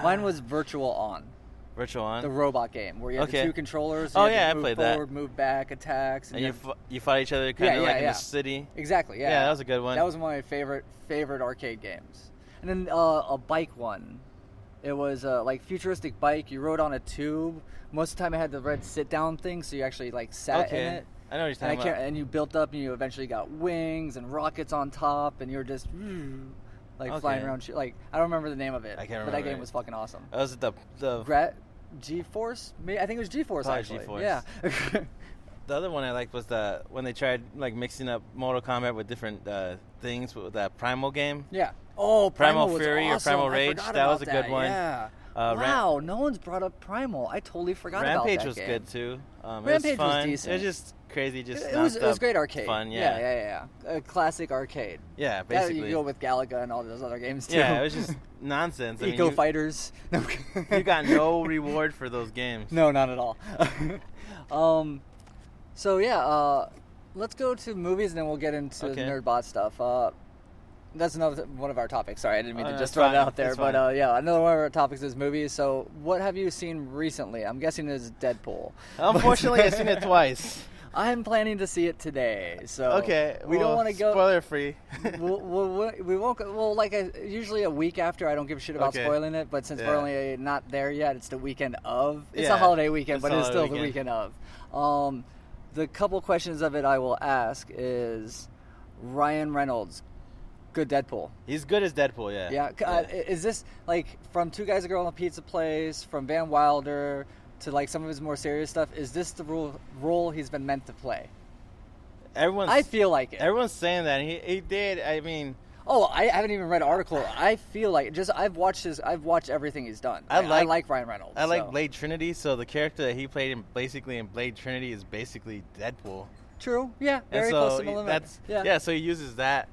Speaker 1: Mine
Speaker 2: Ah,
Speaker 1: was Virtual On,
Speaker 2: virtual on,
Speaker 1: the robot game where you had
Speaker 2: Okay.
Speaker 1: the two controllers.
Speaker 2: Oh,
Speaker 1: you had to
Speaker 2: yeah, I
Speaker 1: move
Speaker 2: played that.
Speaker 1: forward, Move back, attacks, and,
Speaker 2: and you
Speaker 1: then-
Speaker 2: f- you fought each other kind
Speaker 1: Yeah,
Speaker 2: of
Speaker 1: yeah,
Speaker 2: like in
Speaker 1: yeah.
Speaker 2: the city.
Speaker 1: exactly.
Speaker 2: Yeah.
Speaker 1: Yeah.
Speaker 2: that was a good one.
Speaker 1: That was one of my favorite favorite arcade games. And then uh, a bike one. It was uh, like futuristic bike. You rode on a tube. Most of the time, it had the red sit down thing, so you actually like sat
Speaker 2: okay.
Speaker 1: in it.
Speaker 2: I know what you're
Speaker 1: And, I
Speaker 2: talking
Speaker 1: can't,
Speaker 2: about.
Speaker 1: and you built up, and you eventually got wings and rockets on top, and you were just like flying
Speaker 2: Okay.
Speaker 1: around. Sh- like I don't remember the name of it,
Speaker 2: I can't
Speaker 1: but that
Speaker 2: remember
Speaker 1: game
Speaker 2: it.
Speaker 1: was fucking awesome.
Speaker 2: That was the the
Speaker 1: Gra- G-force? May- I think it was G-force
Speaker 2: Probably
Speaker 1: actually.
Speaker 2: G-force.
Speaker 1: Yeah.
Speaker 2: The other one I liked was the when they tried like mixing up Mortal Kombat with different uh, things with that Primal game.
Speaker 1: yeah. Oh,
Speaker 2: Primal
Speaker 1: Primal, was
Speaker 2: Fury or
Speaker 1: awesome.
Speaker 2: Primal
Speaker 1: I
Speaker 2: Rage,
Speaker 1: forgot
Speaker 2: that was
Speaker 1: about
Speaker 2: a good one.
Speaker 1: Yeah.
Speaker 2: Uh, Ram-
Speaker 1: wow, no one's brought up Primal. I totally forgot
Speaker 2: Rampage
Speaker 1: about that
Speaker 2: was
Speaker 1: game.
Speaker 2: good too. Um, it
Speaker 1: Rampage was
Speaker 2: was, fun. It
Speaker 1: decent.
Speaker 2: was just crazy. Just
Speaker 1: It, it was it was
Speaker 2: nonstop
Speaker 1: great arcade.
Speaker 2: Fun.
Speaker 1: yeah,
Speaker 2: Yeah.
Speaker 1: yeah, yeah. yeah. A classic arcade.
Speaker 2: Yeah,
Speaker 1: That
Speaker 2: Basically.
Speaker 1: you go with Galaga and all those other games too.
Speaker 2: yeah, it was just nonsense. I mean,
Speaker 1: Eco
Speaker 2: you-
Speaker 1: Fighters. No.
Speaker 2: You, got no reward for those games.
Speaker 1: No, not at all. um, so yeah, uh, let's go to movies and then we'll get into
Speaker 2: Okay.
Speaker 1: nerdbot stuff. Uh, that's another th- one of our topics. Sorry, I didn't mean
Speaker 2: Oh,
Speaker 1: to
Speaker 2: no,
Speaker 1: just
Speaker 2: it's
Speaker 1: throw
Speaker 2: fine.
Speaker 1: it out there,
Speaker 2: It's
Speaker 1: but
Speaker 2: fine.
Speaker 1: uh, yeah, another one of our topics is movies. So, what have you seen recently? I'm guessing it's Deadpool.
Speaker 2: Unfortunately, I've seen it twice.
Speaker 1: I'm planning to see it today, so
Speaker 2: okay,
Speaker 1: Oh, we don't
Speaker 2: well,
Speaker 1: want to go.
Speaker 2: spoiler free.
Speaker 1: we'll, we'll, we'll- we won't. go- Well, like I, usually a week after, I don't give a shit about
Speaker 2: Okay.
Speaker 1: spoiling it. But since we're
Speaker 2: Yeah.
Speaker 1: only not there yet, it's the weekend of. It's
Speaker 2: Yeah,
Speaker 1: a holiday weekend,
Speaker 2: it's
Speaker 1: but
Speaker 2: a
Speaker 1: it's still
Speaker 2: holiday
Speaker 1: the
Speaker 2: weekend.
Speaker 1: weekend of. Um, the couple questions of it I will ask is Ryan Reynolds, good Deadpool.
Speaker 2: He's good as Deadpool. Yeah.
Speaker 1: Yeah, c- Uh, is this like from Two Guys a Girl in a Pizza Place, from Van Wilder to like some of his more serious stuff? Is this the role role he's been meant to play?
Speaker 2: Everyone's
Speaker 1: I feel like it.
Speaker 2: everyone's saying that. He he did. I mean.
Speaker 1: Oh, I haven't even read an article. I feel like just I've watched his. I've watched everything he's done.
Speaker 2: I like-
Speaker 1: Ryan Reynolds.
Speaker 2: I like
Speaker 1: so.
Speaker 2: Blade Trinity, so the character that he played in basically in Blade Trinity is basically Deadpool.
Speaker 1: True. Yeah. Very
Speaker 2: and so
Speaker 1: close to Mulliman.
Speaker 2: that's
Speaker 1: yeah.
Speaker 2: yeah. so he uses that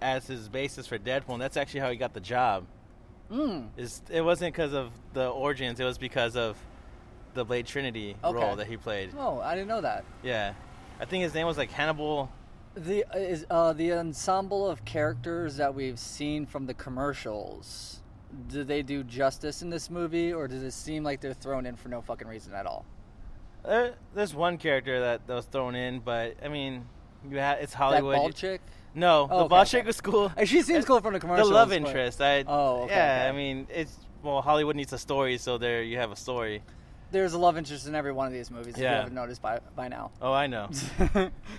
Speaker 2: as his basis for Deadpool, and that's actually how he got the job.
Speaker 1: Mm.
Speaker 2: Is it wasn't because of the origins, it was because of the Blade Trinity
Speaker 1: Okay.
Speaker 2: role that he played.
Speaker 1: Oh, I didn't know that.
Speaker 2: Yeah. I think his name was like Hannibal.
Speaker 1: The is uh, the ensemble of characters that we've seen from the commercials. Do they do justice in this movie, or does it seem like they're thrown in for no fucking reason at all?
Speaker 2: There, there's one character that, that was thrown in, but I mean, you ha- it's Hollywood.
Speaker 1: That bald chick.
Speaker 2: No,
Speaker 1: Oh,
Speaker 2: the
Speaker 1: okay,
Speaker 2: bald
Speaker 1: okay.
Speaker 2: chick was cool.
Speaker 1: Uh, She seems cool from the
Speaker 2: the
Speaker 1: commercials.
Speaker 2: love
Speaker 1: but-
Speaker 2: interest. I
Speaker 1: Oh, okay,
Speaker 2: yeah.
Speaker 1: okay.
Speaker 2: I mean, it's well, Hollywood needs a story, so there you have a story.
Speaker 1: There's a love interest in every one of these movies. If you
Speaker 2: Yeah.
Speaker 1: haven't noticed by by now.
Speaker 2: Oh, I know.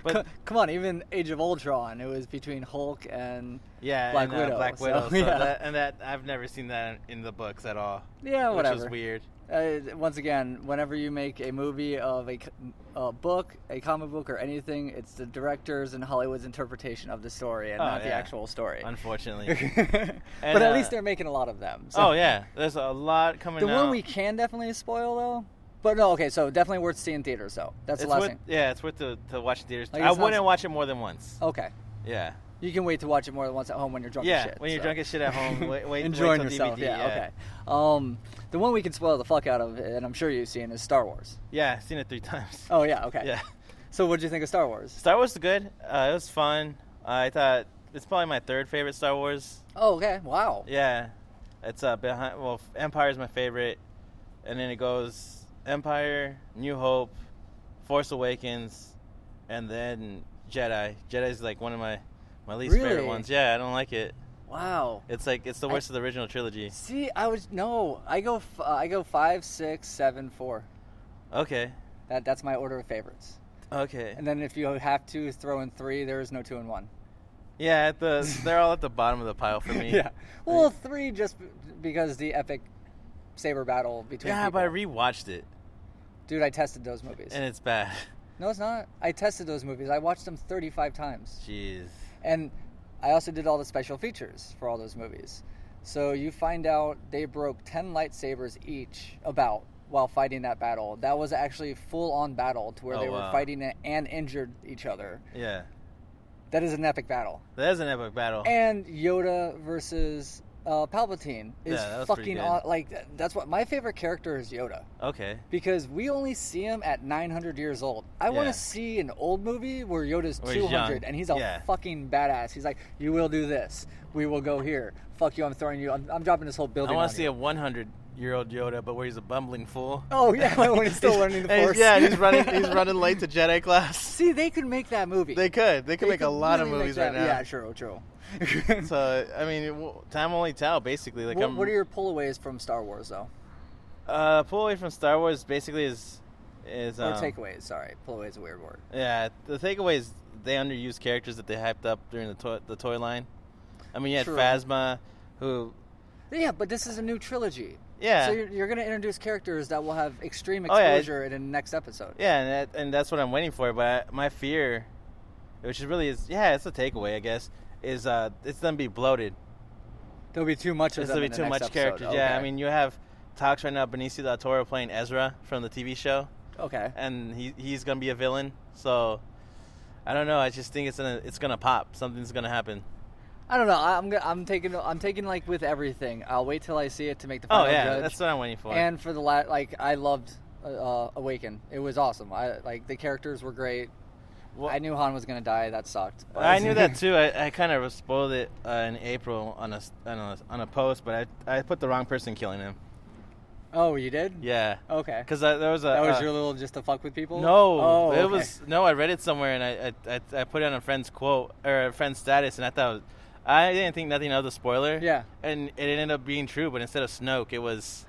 Speaker 1: but come on, even Age of Ultron, it was between Hulk and
Speaker 2: Yeah,
Speaker 1: Black
Speaker 2: and, uh,
Speaker 1: Widow,
Speaker 2: Black
Speaker 1: so,
Speaker 2: Widow. So
Speaker 1: yeah.
Speaker 2: that, and that I've never seen that in the books at all.
Speaker 1: yeah, whatever.
Speaker 2: Which was weird.
Speaker 1: Uh, once again, whenever you make a movie of a, c- a book, a comic book, or anything, it's the director's and Hollywood's interpretation of the story and
Speaker 2: Oh,
Speaker 1: not the
Speaker 2: yeah.
Speaker 1: actual story.
Speaker 2: Unfortunately.
Speaker 1: but at
Speaker 2: uh,
Speaker 1: least they're making a lot of them. So.
Speaker 2: oh yeah, there's a lot coming.
Speaker 1: The
Speaker 2: out.
Speaker 1: one we can definitely spoil, though. But no, okay, so definitely worth seeing in theaters, though. That's
Speaker 2: it's
Speaker 1: the last
Speaker 2: worth,
Speaker 1: thing.
Speaker 2: yeah, it's worth to, to watch in theaters.
Speaker 1: Like,
Speaker 2: I
Speaker 1: it's not- Oh.
Speaker 2: wouldn't watch it more than once.
Speaker 1: Okay.
Speaker 2: Yeah,
Speaker 1: You can wait to watch it more than once at home when you're drunk
Speaker 2: Yeah,
Speaker 1: as shit.
Speaker 2: when you're
Speaker 1: so.
Speaker 2: drunk as shit at home, wait- wait-
Speaker 1: Enjoying
Speaker 2: wait till
Speaker 1: yourself,
Speaker 2: DVD,
Speaker 1: yeah,
Speaker 2: yeah.
Speaker 1: okay. Um, the one we can spoil the fuck out of, and I'm sure you've seen, is Star Wars.
Speaker 2: yeah, I've seen it three times.
Speaker 1: Oh, yeah, okay.
Speaker 2: Yeah,
Speaker 1: So what'd you think of Star Wars?
Speaker 2: Star Wars was good. Uh, it was fun. I thought it's probably my third favorite Star Wars.
Speaker 1: Oh, okay, wow.
Speaker 2: Yeah, it's uh behind. Well, Empire is my favorite, and then it goes Empire, New Hope, Force Awakens, and then Jedi. Jedi's like one of my my least
Speaker 1: Really?
Speaker 2: favorite ones. Yeah, I don't like it.
Speaker 1: Wow.
Speaker 2: It's like it's the worst of the original trilogy.
Speaker 1: See, I was no. I go. F- uh, I go five, six, seven, four.
Speaker 2: Okay,
Speaker 1: That that's my order of favorites.
Speaker 2: okay.
Speaker 1: And then if you have to throw in three, there is no two in one.
Speaker 2: Yeah, at the they're all at the bottom of the pile for me.
Speaker 1: Well, three just b- because the epic saber battle between.
Speaker 2: Yeah, but I
Speaker 1: people.
Speaker 2: rewatched it.
Speaker 1: Dude, I tested those movies.
Speaker 2: and it's bad.
Speaker 1: no, it's not. I tested those movies. I watched them 35 times.
Speaker 2: Jeez.
Speaker 1: And I also did all the special features for all those movies. So you find out they broke 10 lightsabers each about while fighting that battle. That was actually full on battle to where
Speaker 2: Oh,
Speaker 1: they were
Speaker 2: wow.
Speaker 1: fighting it and injured each other.
Speaker 2: Yeah.
Speaker 1: That is an epic battle.
Speaker 2: That is an epic battle.
Speaker 1: And Yoda versus uh, Palpatine is
Speaker 2: Yeah, that was pretty
Speaker 1: fucking
Speaker 2: good.
Speaker 1: aw- like th- that's what my favorite character is Yoda
Speaker 2: okay.
Speaker 1: because we only see him at 900 years old. I want
Speaker 2: Yeah.
Speaker 1: to see an old movie where Yoda's
Speaker 2: Where he's
Speaker 1: 200
Speaker 2: young.
Speaker 1: and he's a
Speaker 2: Yeah.
Speaker 1: fucking badass. He's like, "You will do this. We will go here. Fuck you. I'm throwing you. I'm, I'm dropping this whole
Speaker 2: I
Speaker 1: building."
Speaker 2: want
Speaker 1: on
Speaker 2: to see
Speaker 1: you."
Speaker 2: a 100 year old Yoda, but where he's a bumbling fool.
Speaker 1: Oh yeah, when he's still learning the
Speaker 2: And he's-
Speaker 1: Force.
Speaker 2: yeah, he's running. He's running late to Jedi class.
Speaker 1: see, they could make that movie.
Speaker 2: They could. They could make a lot of
Speaker 1: really make
Speaker 2: movies right
Speaker 1: that-
Speaker 2: now.
Speaker 1: Yeah, sure, true.
Speaker 2: So I mean, it will- time only tell. Basically, like
Speaker 1: what,
Speaker 2: I'm.
Speaker 1: what are your pullaways from Star Wars though,
Speaker 2: uh, pull away from Star Wars. Basically, is is
Speaker 1: or
Speaker 2: um,
Speaker 1: takeaways? Sorry, pullaways is a weird word.
Speaker 2: Yeah, the takeaway is they underused characters that they hyped up during the toy, the toy line. I mean, you had
Speaker 1: True.
Speaker 2: Phasma, who
Speaker 1: Yeah, but this is a new trilogy.
Speaker 2: yeah,
Speaker 1: So you're, you're going to introduce characters that will have extreme
Speaker 2: Oh, yeah.
Speaker 1: exposure in the next episode.
Speaker 2: yeah, and that, and that's what I'm waiting for. But I, my fear, which is really is yeah, it's a takeaway, I guess, is uh, it's gonna be bloated.
Speaker 1: There'll be too much of
Speaker 2: It's
Speaker 1: them.
Speaker 2: gonna be
Speaker 1: in the
Speaker 2: too
Speaker 1: next
Speaker 2: much
Speaker 1: episode.
Speaker 2: characters. Yeah,
Speaker 1: Okay.
Speaker 2: I mean, you have talks right now. Benicio del Toro playing Ezra from the TV show,
Speaker 1: Okay.
Speaker 2: and he he's gonna be a villain. So I don't know. I just think it's gonna it's gonna pop. Something's gonna happen.
Speaker 1: I don't know. I- I'm gonna, I'm taking I'm taking like with everything. I'll wait till I see it to make the
Speaker 2: Oh
Speaker 1: final
Speaker 2: yeah,
Speaker 1: judge.
Speaker 2: that's what I'm waiting for.
Speaker 1: and for the la- like I loved uh, uh, Awaken. It was awesome. I like the characters were great.
Speaker 2: Well-
Speaker 1: I knew Han was going to die. That sucked. but-
Speaker 2: I knew that too. I, I kind of spoiled it uh, in April on a, s- on a on a post, but I I put the wrong person killing him.
Speaker 1: oh, you did?
Speaker 2: Yeah,
Speaker 1: Okay.
Speaker 2: because there was a
Speaker 1: That was
Speaker 2: uh,
Speaker 1: your little just to fuck with people?
Speaker 2: no.
Speaker 1: Oh,
Speaker 2: it
Speaker 1: okay.
Speaker 2: was no. I read it somewhere and I I, I I put it on a friend's quote or a friend's status, and I thought it was, I didn't think nothing of the spoiler.
Speaker 1: Yeah.
Speaker 2: and it ended up being true, but instead of Snoke, it was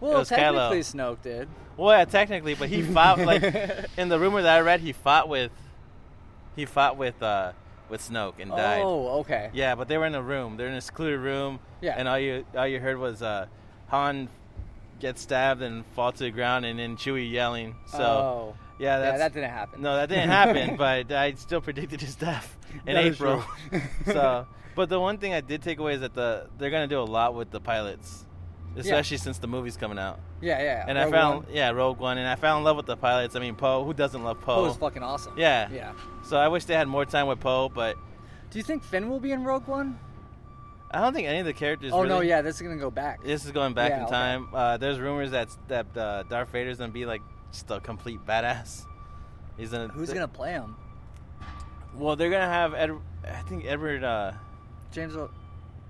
Speaker 1: Well,
Speaker 2: was Kylo.
Speaker 1: technically Snoke did.
Speaker 2: well, yeah, technically, but he fought like in the rumor that I read, he fought with he fought with uh with Snoke and died.
Speaker 1: Oh, okay.
Speaker 2: Yeah, but they were in a room. They're in a secluded room.
Speaker 1: Yeah.
Speaker 2: And all you all you heard was uh, Han get stabbed and fall to the ground, and then Chewie yelling. So
Speaker 1: Oh.
Speaker 2: yeah, that's,
Speaker 1: yeah, that didn't happen.
Speaker 2: no, that didn't happen. but I still predicted his death in
Speaker 1: That is
Speaker 2: April.
Speaker 1: true.
Speaker 2: so, but the one thing I did take away is that the they're gonna do a lot with the pilots, especially since the movie's coming out.
Speaker 1: Yeah, yeah.
Speaker 2: And
Speaker 1: Rogue
Speaker 2: I found
Speaker 1: One.
Speaker 2: yeah Rogue One, and I fell in love with the pilots. I mean Poe, who doesn't love
Speaker 1: Poe
Speaker 2: Poe?
Speaker 1: was fucking awesome.
Speaker 2: Oh. Yeah.
Speaker 1: Yeah.
Speaker 2: so I wish they had more time with Poe, but
Speaker 1: Do you think Finn will be in Rogue One?
Speaker 2: I don't think any of the characters.
Speaker 1: oh no,
Speaker 2: really-
Speaker 1: yeah, this is gonna go back.
Speaker 2: This is going back
Speaker 1: Yeah,
Speaker 2: in
Speaker 1: okay.
Speaker 2: time. Uh, there's rumors that that uh, Darth Vader's gonna be like just a complete badass. He's gonna.
Speaker 1: Who's gonna play him?
Speaker 2: Well, they're gonna have Ed. I think Edward. Uh,
Speaker 1: James. Earl-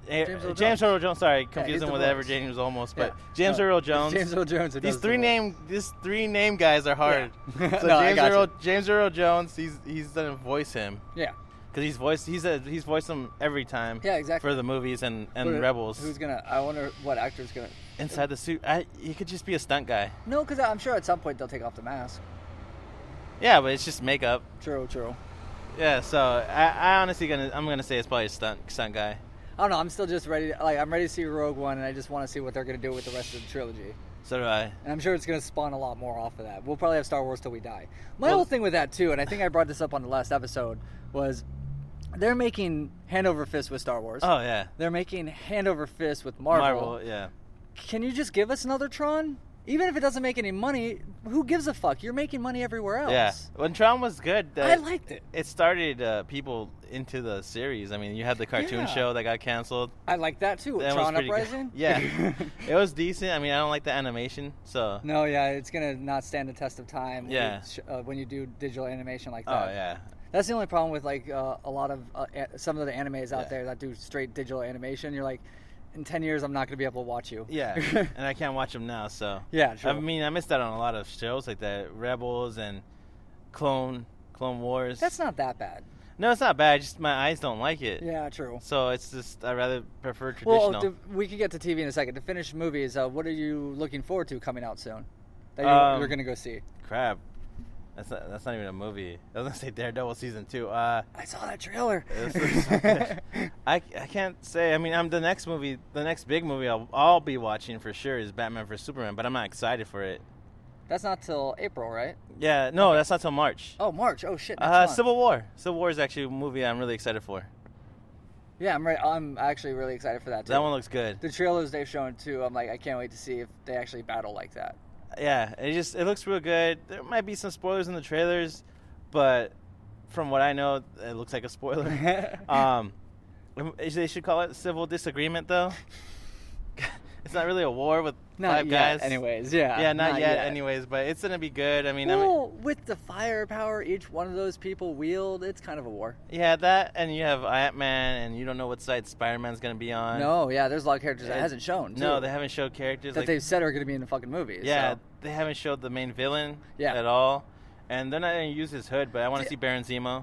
Speaker 2: Eh,
Speaker 1: James Earl
Speaker 2: James
Speaker 1: Jones.
Speaker 2: Earl Jones. Sorry,
Speaker 1: he's
Speaker 2: confused him
Speaker 1: the
Speaker 2: with
Speaker 1: voice.
Speaker 2: Edward James almost, but
Speaker 1: yeah.
Speaker 2: James
Speaker 1: No,
Speaker 2: Earl
Speaker 1: it's
Speaker 2: Jones.
Speaker 1: James Earl Jones. who
Speaker 2: these
Speaker 1: does the
Speaker 2: three
Speaker 1: voice.
Speaker 2: name. These three name guys are hard.
Speaker 1: Yeah.
Speaker 2: So
Speaker 1: No, I
Speaker 2: James
Speaker 1: gotcha.
Speaker 2: Earl. James Earl Jones. He's he's gonna voice him
Speaker 1: Yeah.
Speaker 2: because he's voiced. He's a, he's voiced him every time.
Speaker 1: Yeah, exactly.
Speaker 2: For the movies and and
Speaker 1: But
Speaker 2: Rebels.
Speaker 1: Who's gonna? I wonder what actor's gonna.
Speaker 2: Inside the suit, I, he could just be a stunt guy.
Speaker 1: No, because I'm sure at some point they'll take off the mask.
Speaker 2: Yeah, but it's just makeup.
Speaker 1: True. True.
Speaker 2: Yeah, so I, I honestly gonna I'm gonna say it's probably a stunt stunt guy.
Speaker 1: I don't know. I'm still just ready. To, like I'm ready to see Rogue One, and I just want to see what they're gonna do with the rest of the trilogy.
Speaker 2: So do I.
Speaker 1: And I'm sure it's going to spawn a lot more off of that. We'll probably have Star Wars till we die. My
Speaker 2: Well-
Speaker 1: whole thing with that too, and I think I brought this up on the last episode, was they're making hand over fist with Star Wars.
Speaker 2: Oh yeah,
Speaker 1: They're making hand over fist with Marvel.
Speaker 2: yeah.
Speaker 1: Can you just give us another Tron? Even if it doesn't make any money, who gives a fuck? You're making money everywhere else.
Speaker 2: Yeah, when Tron was good, that
Speaker 1: I liked it.
Speaker 2: it started uh, people into the series. I mean, you had the cartoon
Speaker 1: Yeah.
Speaker 2: show that got canceled.
Speaker 1: I like that too.
Speaker 2: That was
Speaker 1: Tron
Speaker 2: pretty good.
Speaker 1: Uprising.
Speaker 2: Yeah. It was decent. I mean, I don't like the animation, so
Speaker 1: no, yeah, it's gonna not stand the test of time. when you
Speaker 2: Yeah.
Speaker 1: sh- uh, when you do digital animation like
Speaker 2: oh
Speaker 1: that.
Speaker 2: yeah,
Speaker 1: That's the only problem with like uh, a lot of uh, a- some of the animes out
Speaker 2: Yeah.
Speaker 1: there that do straight digital animation. You're like, in ten years, I'm not gonna be able to watch you.
Speaker 2: yeah. and I can't watch them now, so
Speaker 1: yeah, true.
Speaker 2: I mean, I missed out on a lot of shows like that, Rebels and Clone Clone Wars.
Speaker 1: That's not that bad.
Speaker 2: no, it's not bad. Just my eyes don't like it.
Speaker 1: Yeah, true.
Speaker 2: So it's just I rather prefer traditional.
Speaker 1: Well, to, we could get to TV in a second. To finish movies, uh, what are you looking forward to coming out soon that you're,
Speaker 2: Um,
Speaker 1: you're gonna go see?
Speaker 2: Crap. That's not, that's not even a movie. I was gonna say Daredevil season two. Uh,
Speaker 1: I saw that trailer.
Speaker 2: this looks so good. I, I can't say. I mean, I'm the next movie, the next big movie I'll, I'll be watching for sure is Batman vs Superman, but I'm not excited for it.
Speaker 1: That's not till April, right?
Speaker 2: Yeah, no, that's not till March.
Speaker 1: Oh, March. Oh shit. next
Speaker 2: Uh,
Speaker 1: month.
Speaker 2: Civil War. Civil War is actually a movie I'm really excited for.
Speaker 1: Yeah, I'm right. I'm actually really excited for that too.
Speaker 2: That one looks good.
Speaker 1: the trailers they've shown too. I'm like, I can't wait to see if they actually battle like that.
Speaker 2: Yeah, it just it looks real good. There might be some spoilers in the trailers, but from what I know, it looks like a spoiler. um, they should call it civil disagreement though. it's not really a war with
Speaker 1: Not
Speaker 2: five
Speaker 1: yet,
Speaker 2: guys.
Speaker 1: anyways. Yeah.
Speaker 2: Yeah, not, yet, Anyways, but it's gonna be good. I mean, I mean,
Speaker 1: Well, with the firepower each one of those people wield, it's kind of a war.
Speaker 2: yeah, that, and you have Ant Man, and you don't know what side Spider Man's gonna be on.
Speaker 1: No, yeah, there's a lot of characters that
Speaker 2: It-
Speaker 1: hasn't shown.
Speaker 2: no,
Speaker 1: too,
Speaker 2: they haven't showed characters.
Speaker 1: that
Speaker 2: like,
Speaker 1: they've said are going to be in the fucking movies.
Speaker 2: yeah,
Speaker 1: so.
Speaker 2: they haven't showed the main villain
Speaker 1: Yeah.
Speaker 2: at all, and they're not gonna use his hood. But I want
Speaker 1: Yeah.
Speaker 2: to see Baron Zemo.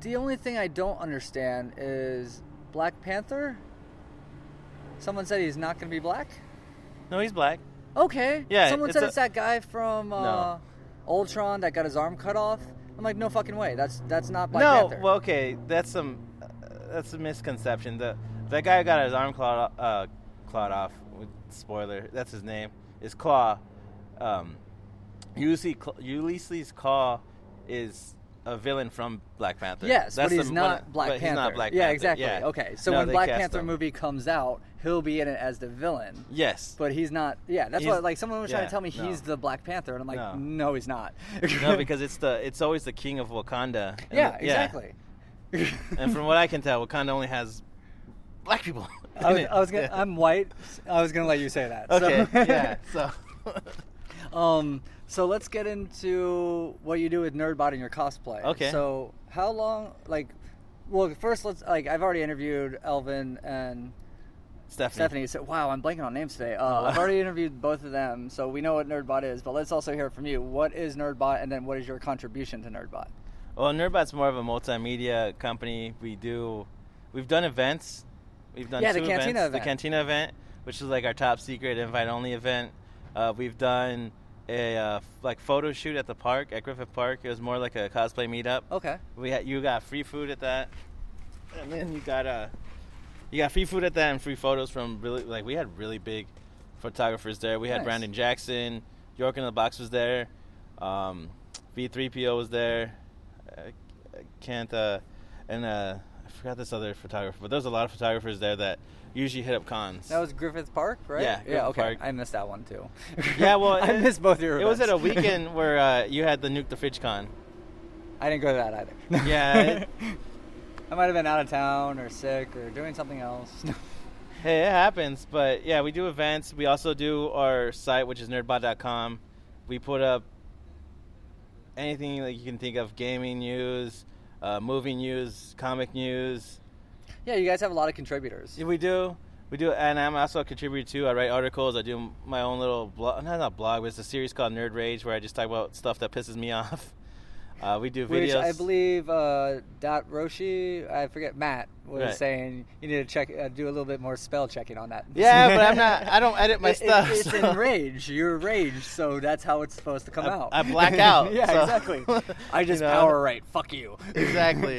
Speaker 1: The only thing I don't understand is Black Panther. Someone said he's not going to be black.
Speaker 2: No, he's black.
Speaker 1: Okay.
Speaker 2: Yeah,
Speaker 1: Someone
Speaker 2: it's
Speaker 1: said
Speaker 2: a-
Speaker 1: it's that guy from uh, Ultron that got his arm cut off. I'm like, no fucking way. That's that's not Black
Speaker 2: no,
Speaker 1: Panther.
Speaker 2: well, okay, that's some uh, that's a misconception. The that guy who got his arm clawed o- uh, clawed off. with- Spoiler, that's his name. Is Claw. Um, Ulysses, Cl- Ulysses Claw is a villain from Black Panther.
Speaker 1: yes,
Speaker 2: that's
Speaker 1: but he's
Speaker 2: the-
Speaker 1: not
Speaker 2: one-
Speaker 1: Black
Speaker 2: but
Speaker 1: Panther.
Speaker 2: He's not Black
Speaker 1: yeah,
Speaker 2: Panther,
Speaker 1: exactly.
Speaker 2: yeah.
Speaker 1: Okay, so
Speaker 2: No,
Speaker 1: when
Speaker 2: they
Speaker 1: Black
Speaker 2: cast
Speaker 1: Panther
Speaker 2: him.
Speaker 1: movie comes out, he'll be in it as the villain.
Speaker 2: yes,
Speaker 1: But he's not. Yeah, that's
Speaker 2: He's-
Speaker 1: what like someone was trying
Speaker 2: yeah,
Speaker 1: to tell me
Speaker 2: no.
Speaker 1: he's the Black Panther, and I'm like, no,
Speaker 2: No.
Speaker 1: he's not.
Speaker 2: no, because it's the it's always the king of Wakanda. And
Speaker 1: yeah,
Speaker 2: the-
Speaker 1: exactly.
Speaker 2: and from what I can tell, Wakanda only has black people. in
Speaker 1: I was,
Speaker 2: it.
Speaker 1: I was gonna,
Speaker 2: Yeah.
Speaker 1: I'm white. s- I was gonna let you say that.
Speaker 2: okay.
Speaker 1: So.
Speaker 2: yeah. So.
Speaker 1: um. So let's get into what you do with Nerdbot and your cosplay.
Speaker 2: Okay.
Speaker 1: So how long? Like, well, first let's like I've already interviewed Elvin and
Speaker 2: Stephanie.
Speaker 1: Stephanie. So wow, I'm blanking on names today. Uh,
Speaker 2: Oh.
Speaker 1: I've already interviewed both of them, so we know what Nerdbot is. But let's also hear from you. What is Nerdbot, and then what is your contribution to Nerdbot?
Speaker 2: Well, Nerdbot's more of a multimedia company. We do, we've done events. We've done
Speaker 1: Yeah, the
Speaker 2: two
Speaker 1: Cantina
Speaker 2: events. The
Speaker 1: event.
Speaker 2: Cantina event, which is like our top secret invite only event. Uh, we've done a uh, f- like photo shoot at the park at Griffith Park. It was more like a cosplay meetup.
Speaker 1: Okay.
Speaker 2: We had you got free food at that, and then you got uh, you got free food at that and free photos from really like we had really big photographers there. We had
Speaker 1: Nice.
Speaker 2: Brandon Jackson, York in the Box was there, um, V3PO was there. I, I can't uh, and uh, I forgot this other photographer, but there's a lot of photographers there that usually hit up cons.
Speaker 1: That was Griffith Park, right?
Speaker 2: Yeah,
Speaker 1: Yeah.
Speaker 2: Griffith
Speaker 1: Okay.
Speaker 2: Park.
Speaker 1: I missed that one too.
Speaker 2: yeah, well,
Speaker 1: I
Speaker 2: it-
Speaker 1: missed both your.
Speaker 2: It was at
Speaker 1: events.
Speaker 2: a weekend where uh, you had the Nuke the Fridge con.
Speaker 1: I didn't go to that either.
Speaker 2: Yeah, it-
Speaker 1: I might have been out of town or sick or doing something else.
Speaker 2: Hey, it happens, but yeah, we do events. We also do our site, which is nerdbot.com. We put up anything like you can think of: gaming news, uh, movie news, comic news.
Speaker 1: yeah, you guys have a lot of contributors.
Speaker 2: Yeah, We do, we do, and I'm also a contributor too. I write articles. I do my own little blog, not a blog, but it's a series called Nerd Rage, where I just talk about stuff that pisses me off. Uh, we do videos.
Speaker 1: Which I believe uh, Dot Roshi, I forget Matt was
Speaker 2: Right.
Speaker 1: saying you need to check, uh, do a little bit more spell checking on that.
Speaker 2: Yeah, but I'm not. I don't edit my
Speaker 1: It- it-
Speaker 2: stuff.
Speaker 1: it's
Speaker 2: so-
Speaker 1: in rage. You're rage, so that's how it's supposed to come
Speaker 2: I-
Speaker 1: out.
Speaker 2: I black out,
Speaker 1: yeah,
Speaker 2: so-
Speaker 1: exactly. I just
Speaker 2: You know?
Speaker 1: power right. Fuck you.
Speaker 2: Exactly.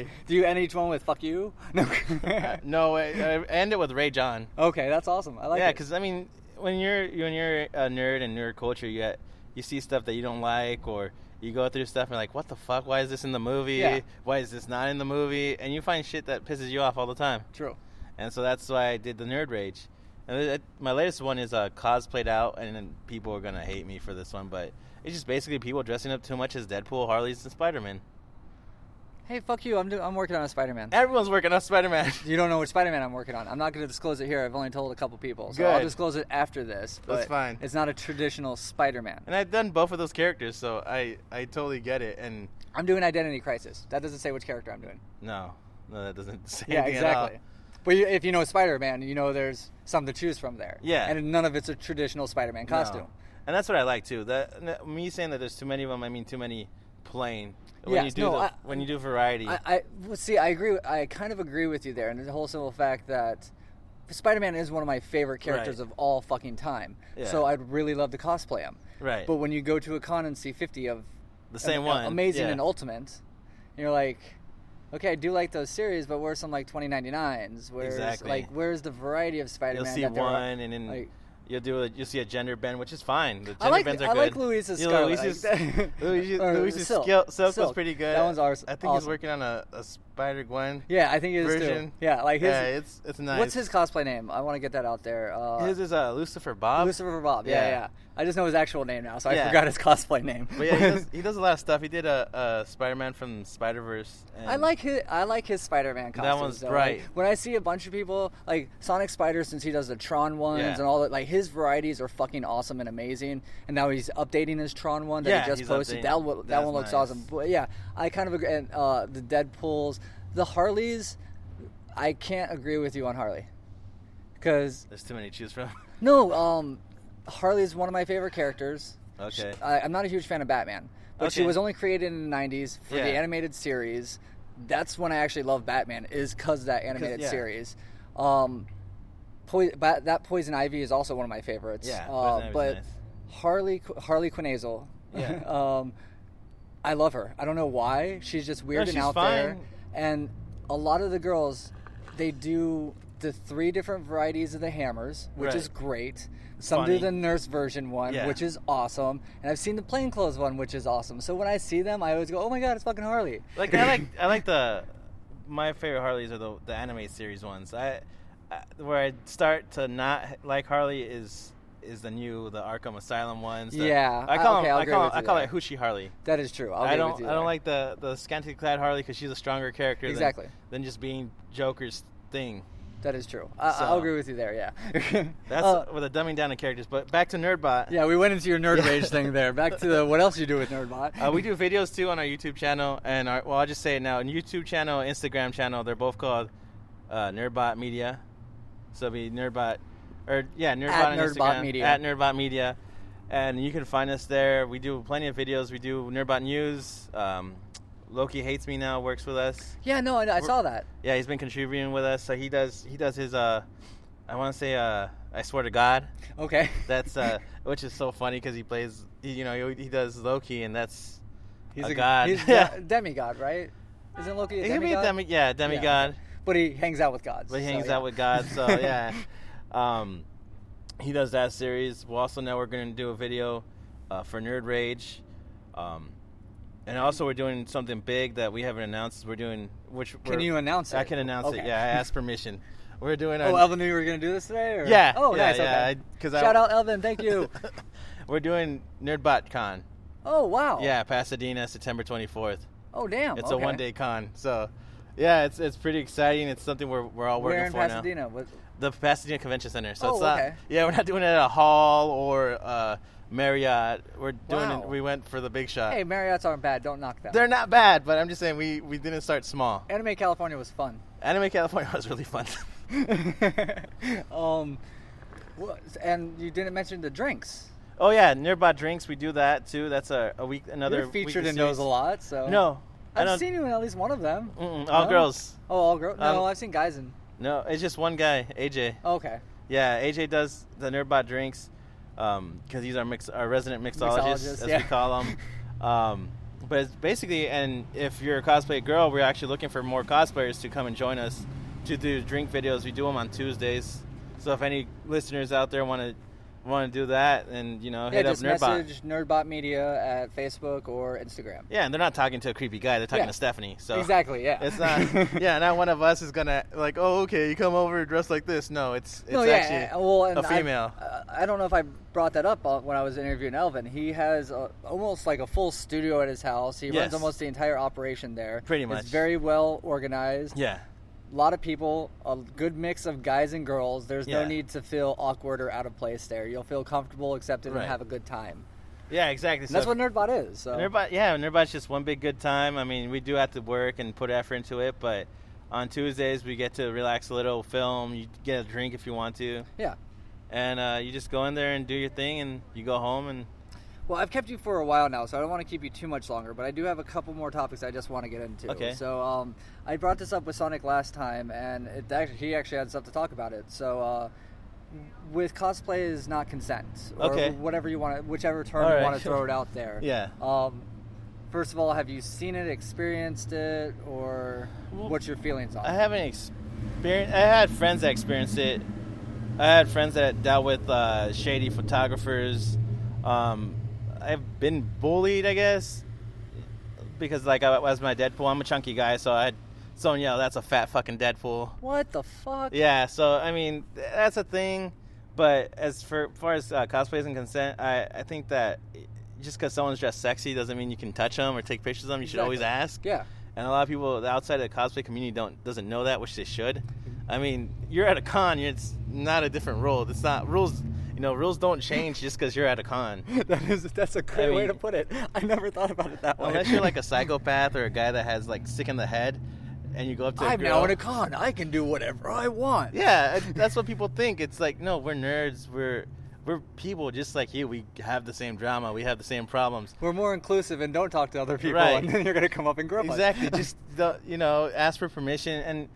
Speaker 2: Uh,
Speaker 1: Do you end each one with "fuck you"? No.
Speaker 2: no, I, I end it with Rage On.
Speaker 1: Okay, that's awesome. I like
Speaker 2: Yeah,
Speaker 1: it.
Speaker 2: because I mean, when you're when you're a nerd in nerd culture, you get, you see stuff that you don't like, or you go through stuff and you're like, what the fuck? Why is this in the movie?
Speaker 1: Yeah.
Speaker 2: Why is this not in the movie? And you find shit that pisses you off all the time.
Speaker 1: true.
Speaker 2: And so that's why I did the nerd rage. And it- it- my latest one is uh, cosplayed out, and then people are gonna hate me for this one, but it's just basically people dressing up too much as Deadpool, Harley's, and Spider Man.
Speaker 1: Hey, fuck you. I'm do- I'm working on a Spider-Man.
Speaker 2: Everyone's working on Spider Man.
Speaker 1: You don't know which Spider-Man I'm working on. I'm not going to disclose it here. I've only told a couple people, so I'll
Speaker 2: Good.
Speaker 1: disclose it after this. But
Speaker 2: That's fine.
Speaker 1: It's not a traditional Spider-Man.
Speaker 2: and I've done both of those characters, so I I totally get it. And
Speaker 1: I'm doing Identity Crisis. That doesn't say which character I'm doing.
Speaker 2: no, no, that doesn't say
Speaker 1: Yeah,
Speaker 2: anything at all.
Speaker 1: exactly. But you, if you know Spider-Man, you know there's some to choose from there.
Speaker 2: Yeah.
Speaker 1: And none of it's a traditional Spider-Man costume.
Speaker 2: No. And that's what I like too. That n- me saying that there's too many of them, I mean too many plain. When
Speaker 1: Yeah,
Speaker 2: you do
Speaker 1: no,
Speaker 2: the,
Speaker 1: I-
Speaker 2: when you do variety,
Speaker 1: I, I well, see. I agree. with- I kind of agree with you there, and the whole simple fact that Spider-Man is one of my favorite characters
Speaker 2: Right.
Speaker 1: of all fucking time.
Speaker 2: Yeah.
Speaker 1: So I'd really love to cosplay him.
Speaker 2: Right.
Speaker 1: But when you go to a con and see fifty of
Speaker 2: the same
Speaker 1: am-
Speaker 2: one,
Speaker 1: amazing
Speaker 2: yeah.
Speaker 1: and ultimate, you're like, okay, I do like those series, but where's some like 2099s? Where's
Speaker 2: Exactly.
Speaker 1: like where's the variety of Spider-Man?
Speaker 2: You'll see
Speaker 1: that there are?
Speaker 2: one, and then
Speaker 1: like-
Speaker 2: You'll do. A, you'll see a gender bend, which is fine. The gender
Speaker 1: I like
Speaker 2: bends are
Speaker 1: I like
Speaker 2: good.
Speaker 1: Luis's
Speaker 2: Yeah,
Speaker 1: Scarlet.
Speaker 2: Luis's,
Speaker 1: I like that.
Speaker 2: Luis's,
Speaker 1: Or
Speaker 2: Luis's
Speaker 1: Silk.
Speaker 2: skill, silk, was
Speaker 1: Silk.
Speaker 2: pretty good.
Speaker 1: That one's ours.
Speaker 2: I think he's
Speaker 1: awesome.
Speaker 2: working on a, a Spider Gwen
Speaker 1: Yeah, I think it is
Speaker 2: version.
Speaker 1: too. Yeah, like his.
Speaker 2: yeah, it's it's nice.
Speaker 1: What's his cosplay name? I want to get that out there. Uh,
Speaker 2: His is uh, Lucifer Bob.
Speaker 1: Lucifer Bob. Yeah, yeah,
Speaker 2: Yeah.
Speaker 1: I just know his actual name now, so I
Speaker 2: Yeah.
Speaker 1: forgot his cosplay name.
Speaker 2: But yeah, he does, he does a lot of stuff. He did a, a Spider Man from Spider Verse.
Speaker 1: I like his I like his Spider-Man
Speaker 2: That
Speaker 1: costumes.
Speaker 2: one's
Speaker 1: though.
Speaker 2: bright.
Speaker 1: Like, when I see a bunch of people like Sonic Spider, since he does the Tron ones
Speaker 2: Yeah.
Speaker 1: and all that, like his varieties are fucking awesome and amazing. And now he's updating his Tron one that
Speaker 2: Yeah,
Speaker 1: he just
Speaker 2: he's
Speaker 1: posted.
Speaker 2: updating-
Speaker 1: That one, that
Speaker 2: that's
Speaker 1: one looks
Speaker 2: nice.
Speaker 1: awesome. But yeah, I kind of agree. And uh, the Deadpool's, the Harleys, I can't agree with you on Harley, because
Speaker 2: There's too many to choose from.
Speaker 1: no, um, Harley is one of my favorite characters.
Speaker 2: Okay.
Speaker 1: I, I'm not a huge fan of Batman, but she
Speaker 2: Okay.
Speaker 1: was only created in the 90s for
Speaker 2: Yeah.
Speaker 1: the animated series. That's when I actually love Batman, is because of that animated
Speaker 2: yeah.
Speaker 1: series. Um, poi- ba- that Poison Ivy is also one of my favorites.
Speaker 2: Yeah,
Speaker 1: uh,
Speaker 2: Poison Ivy's
Speaker 1: but
Speaker 2: nice.
Speaker 1: Harley Qu- Harley Quinazel.
Speaker 2: Yeah.
Speaker 1: um, I love her. I don't know why. She's just weird and
Speaker 2: she's
Speaker 1: out there.
Speaker 2: fine.
Speaker 1: And a lot of the girls, they do the three different varieties of the hammers, which
Speaker 2: Right.
Speaker 1: is great. Some do
Speaker 2: funny.
Speaker 1: the nurse version one,
Speaker 2: Yeah.
Speaker 1: which is awesome, and I've seen the plainclothes one, which is awesome. So when I see them, I always go, "Oh my god, it's fucking Harley!"
Speaker 2: Like I like I like the my favorite Harleys are the the anime series ones. I, I where I start to not like Harley is is the new the Arkham Asylum ones. the-
Speaker 1: Yeah,
Speaker 2: I call
Speaker 1: okay,
Speaker 2: 'em-
Speaker 1: I'll
Speaker 2: I
Speaker 1: agree
Speaker 2: call 'em-
Speaker 1: with you
Speaker 2: I call
Speaker 1: there.
Speaker 2: it Hoochie Harley.
Speaker 1: that is true. I'll
Speaker 2: I
Speaker 1: agree
Speaker 2: don't
Speaker 1: with you
Speaker 2: I don't
Speaker 1: there.
Speaker 2: like the the scantily clad Harley because she's a stronger character than-
Speaker 1: Exactly.
Speaker 2: than, just being Joker's thing.
Speaker 1: that is true. I,
Speaker 2: So-
Speaker 1: I'll agree with you there. Yeah,
Speaker 2: That's
Speaker 1: Uh,
Speaker 2: with a dumbing down of characters. But back to Nerdbot.
Speaker 1: yeah. We went into your nerd
Speaker 2: Yeah.
Speaker 1: rage thing there. Back to the what else you do with Nerdbot?
Speaker 2: Uh, we do videos too on our YouTube channel, and our well, I'll just say it now: on YouTube channel, Instagram channel, they're both called uh, Nerdbot Media. So it'll be Nerdbot, or yeah, Nerdbot
Speaker 1: At
Speaker 2: on
Speaker 1: Nerdbot
Speaker 2: Instagram,
Speaker 1: Media.
Speaker 2: at Nerdbot Media, and you can find us there. We do plenty of videos. We do Nerdbot news. Um, Loki hates me now. Works with us.
Speaker 1: Yeah, no, I, I saw that.
Speaker 2: Yeah, he's been contributing with us. So he does. He does his. Uh, I want to say. Uh, I swear to God.
Speaker 1: Okay.
Speaker 2: That's uh, which is so funny because he plays. He, you know, he, he does Loki, and that's
Speaker 1: he's
Speaker 2: a god.
Speaker 1: He's a demigod, right? Isn't Loki a
Speaker 2: He could
Speaker 1: demigod?
Speaker 2: be a demi- yeah, demigod.
Speaker 1: but he hangs out with gods.
Speaker 2: But he
Speaker 1: so,
Speaker 2: hangs
Speaker 1: yeah.
Speaker 2: out with God, so yeah. um, he does that series. Well, also now we're going to do a video uh, for Nerd Rage, um, and also we're doing something big that we haven't announced. We're doing which
Speaker 1: Can
Speaker 2: we're-
Speaker 1: you announce
Speaker 2: I
Speaker 1: it?
Speaker 2: can announce it.
Speaker 1: Okay.
Speaker 2: Yeah, I asked permission. We're doing our
Speaker 1: Oh, Elvin knew you were going to do this today? Or?
Speaker 2: Yeah,
Speaker 1: Oh,
Speaker 2: yeah,
Speaker 1: nice.
Speaker 2: yeah,
Speaker 1: okay.
Speaker 2: I- 'cause I-
Speaker 1: Shout out, Elvin. Thank you.
Speaker 2: we're doing NerdBotCon.
Speaker 1: oh, wow.
Speaker 2: Yeah, Pasadena, September twenty fourth.
Speaker 1: Oh, damn.
Speaker 2: It's
Speaker 1: okay.
Speaker 2: a one day con, so yeah, it's it's pretty exciting. It's something we're we're all working
Speaker 1: We're in
Speaker 2: for now.
Speaker 1: Pasadena. What-
Speaker 2: the Pasadena Convention Center. So
Speaker 1: Oh,
Speaker 2: it's not,
Speaker 1: okay.
Speaker 2: yeah, we're not doing it at a hall or uh, Marriott. We're doing
Speaker 1: Wow.
Speaker 2: it. We went for the big shot.
Speaker 1: Hey, Marriott's aren't bad. Don't knock them.
Speaker 2: They're not bad, but I'm just saying we we didn't start small.
Speaker 1: Anime California was fun.
Speaker 2: Anime California was really fun.
Speaker 1: um, what, and you didn't mention the drinks.
Speaker 2: oh yeah, nearby drinks. We do that too. That's a, a week another
Speaker 1: You're featured
Speaker 2: weekly
Speaker 1: in those
Speaker 2: series.
Speaker 1: a lot, so.
Speaker 2: No, I
Speaker 1: I've
Speaker 2: don't.
Speaker 1: seen you in at least one of them.
Speaker 2: Mm-mm, all
Speaker 1: No?
Speaker 2: girls.
Speaker 1: Oh, all girls? No,
Speaker 2: Um,
Speaker 1: I've seen guys in.
Speaker 2: No, it's just one guy, AJ.
Speaker 1: Okay.
Speaker 2: Yeah, AJ does the Nerdbot drinks because he's our mix, our resident mixologist,
Speaker 1: Mixologist,
Speaker 2: as
Speaker 1: yeah.
Speaker 2: we call him. Um, but it's basically, and if you're a cosplay girl, we're actually looking for more cosplayers to come and join us to do drink videos. We do them on Tuesdays, so if any listeners out there want to want to do that, and you know,
Speaker 1: Yeah,
Speaker 2: hit
Speaker 1: just
Speaker 2: up Nerdbot.
Speaker 1: message Nerdbot Media at Facebook or Instagram.
Speaker 2: Yeah, and they're not talking to a creepy guy; they're talking
Speaker 1: Yeah.
Speaker 2: to Stephanie. So
Speaker 1: Exactly, yeah.
Speaker 2: It's not, yeah, not one of us is gonna like, oh, okay, you come over dressed like this. No, it's it's
Speaker 1: no,
Speaker 2: actually
Speaker 1: yeah, well, and
Speaker 2: a female.
Speaker 1: I, uh, I don't know if I brought that up uh, when I was interviewing Elvin. He has a, almost like a full studio at his house. He runs
Speaker 2: Yes.
Speaker 1: almost the entire operation there.
Speaker 2: Pretty much.
Speaker 1: it's very well organized.
Speaker 2: yeah,
Speaker 1: A lot of people, a good mix of guys and girls. There's no
Speaker 2: Yeah.
Speaker 1: need to feel awkward or out of place there. You'll feel comfortable, accepted,
Speaker 2: Right.
Speaker 1: and have a good time.
Speaker 2: yeah, exactly.
Speaker 1: And that's
Speaker 2: So-
Speaker 1: what Nerdbot is. So
Speaker 2: Nerdbot, yeah, Nerdbot's just one big good time. I mean, we do have to work and put effort into it, but on Tuesdays we get to relax a little, film, you get a drink if you want to,
Speaker 1: yeah.
Speaker 2: and uh, you just go in there and do your thing, and you go home, and
Speaker 1: Well, I've kept you for a while now, so I don't want to keep you too much longer, but I do have a couple more topics I just want to get into.
Speaker 2: Okay.
Speaker 1: So, um, I brought this up with Sonic last time, and it actually, he actually had stuff to talk about it. So, uh, with cosplay is not consent, or
Speaker 2: Okay.
Speaker 1: whatever you want to, whichever term you
Speaker 2: Alright.
Speaker 1: want to throw it out there.
Speaker 2: Yeah.
Speaker 1: Um, first of all, have you seen it, experienced it, or
Speaker 2: Well,
Speaker 1: what's your feelings on
Speaker 2: I
Speaker 1: it?
Speaker 2: haven't experienced. I had friends that experienced it. I had friends that dealt with uh, shady photographers. Um, I've been bullied, I guess, because like I, as my Deadpool, I'm a chunky guy, so I had someone yell, "That's a fat fucking Deadpool."
Speaker 1: What the fuck?
Speaker 2: Yeah, so I mean th- that's a thing, but as for far as uh, cosplays and consent, I I think that just because someone's dressed sexy doesn't mean you can touch them or take pictures of them. You should always
Speaker 1: Exactly.
Speaker 2: ask.
Speaker 1: Yeah.
Speaker 2: And a lot of people outside of the cosplay community don't doesn't know that, which they should. I mean, you're at a con. you're- It's not a different rule. It's not rules. You know, rules don't change just because you're at a con.
Speaker 1: That is that's a great way
Speaker 2: mean-
Speaker 1: to put it. I never thought about it that way.
Speaker 2: Unless you're like a psychopath or a guy that has like sick in the head, and you go up to a
Speaker 1: I'm
Speaker 2: girl.
Speaker 1: now in a con. I can do whatever I want.
Speaker 2: Yeah, I- that's what people think. It's like, no, we're nerds. We're we're people just like you. We have the same drama. We have the same problems.
Speaker 1: We're more inclusive and don't talk to other people,
Speaker 2: Right.
Speaker 1: and then you're gonna come up and grab us.
Speaker 2: Exactly. Just the, you know, ask for permission. And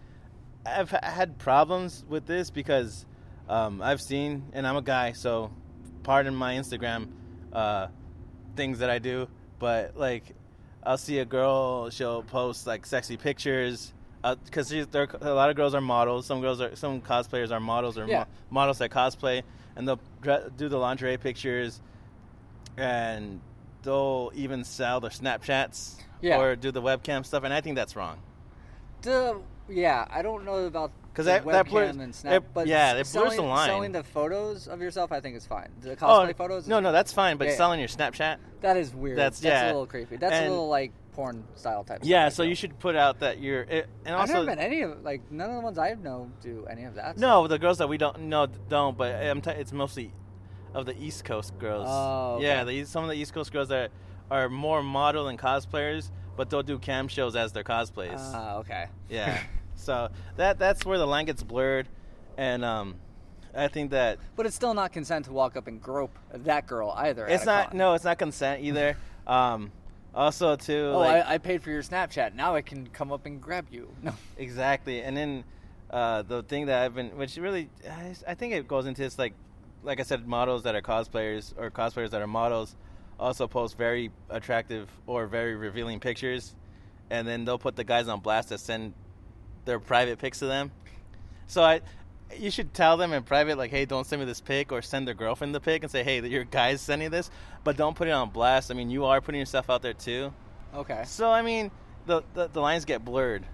Speaker 2: I've h- had problems with this because um, I've seen, and I'm a guy, so pardon my Instagram uh, things that I do. But like, I'll see a girl. She'll post like sexy pictures because there a lot of girls are models. Some girls are some cosplayers are models or
Speaker 1: Yeah.
Speaker 2: mo- models that cosplay, and they'll dre- do the lingerie pictures and they'll even sell their Snapchats
Speaker 1: Yeah.
Speaker 2: or do the webcam stuff, and I think that's wrong.
Speaker 1: Duh, uh, yeah, I don't know about
Speaker 2: 'Cause
Speaker 1: the
Speaker 2: that- that
Speaker 1: webcam
Speaker 2: blurs-
Speaker 1: and
Speaker 2: it-
Speaker 1: snap, but
Speaker 2: yeah,
Speaker 1: s-
Speaker 2: it blurs the
Speaker 1: selling-
Speaker 2: line.
Speaker 1: Selling the photos of yourself, I think is fine. The cosplay photos,
Speaker 2: Oh, No, no, that's fine. But
Speaker 1: Yeah.
Speaker 2: selling your Snapchat.
Speaker 1: that is weird.
Speaker 2: That's-
Speaker 1: That's, a
Speaker 2: yeah.
Speaker 1: little creepy. That's
Speaker 2: And-
Speaker 1: a little like porn style type. stuff,
Speaker 2: Yeah,
Speaker 1: I
Speaker 2: so
Speaker 1: feel.
Speaker 2: you should put out that you're. It, and
Speaker 1: I've
Speaker 2: also,
Speaker 1: never been any of like none of the ones I know do any of that. stuff.
Speaker 2: no, the girls that we don't know don't. But I'm t- it's mostly of the East Coast girls.
Speaker 1: Oh, okay.
Speaker 2: Yeah, the, East- some of the East Coast girls that are more model and cosplayers, but they'll do cam shows as their cosplays.
Speaker 1: Ah, okay.
Speaker 2: Yeah. so that that's where the line gets blurred, and um, I think that
Speaker 1: But it's still not consent to walk up and grope that girl either. at
Speaker 2: It's
Speaker 1: a
Speaker 2: not.
Speaker 1: con.
Speaker 2: No, it's not consent either. um, also, too.
Speaker 1: Oh,
Speaker 2: like,
Speaker 1: I, I paid for your Snapchat. Now I can come up and grab you. No.
Speaker 2: exactly. And then uh, the thing that I've been, which really, I, I think it goes into this like, like I said, models that are cosplayers or cosplayers that are models also post very attractive or very revealing pictures, and then they'll put the guys on blast that send their private pics to them. So I. You should tell them in private, like, "Hey, don't send me this pic," or send their girlfriend the pic and say, "Hey, your guy's sending this," but don't put it on blast. I mean, you are putting yourself out there too.
Speaker 1: Okay.
Speaker 2: So I mean, the the, the lines get blurred,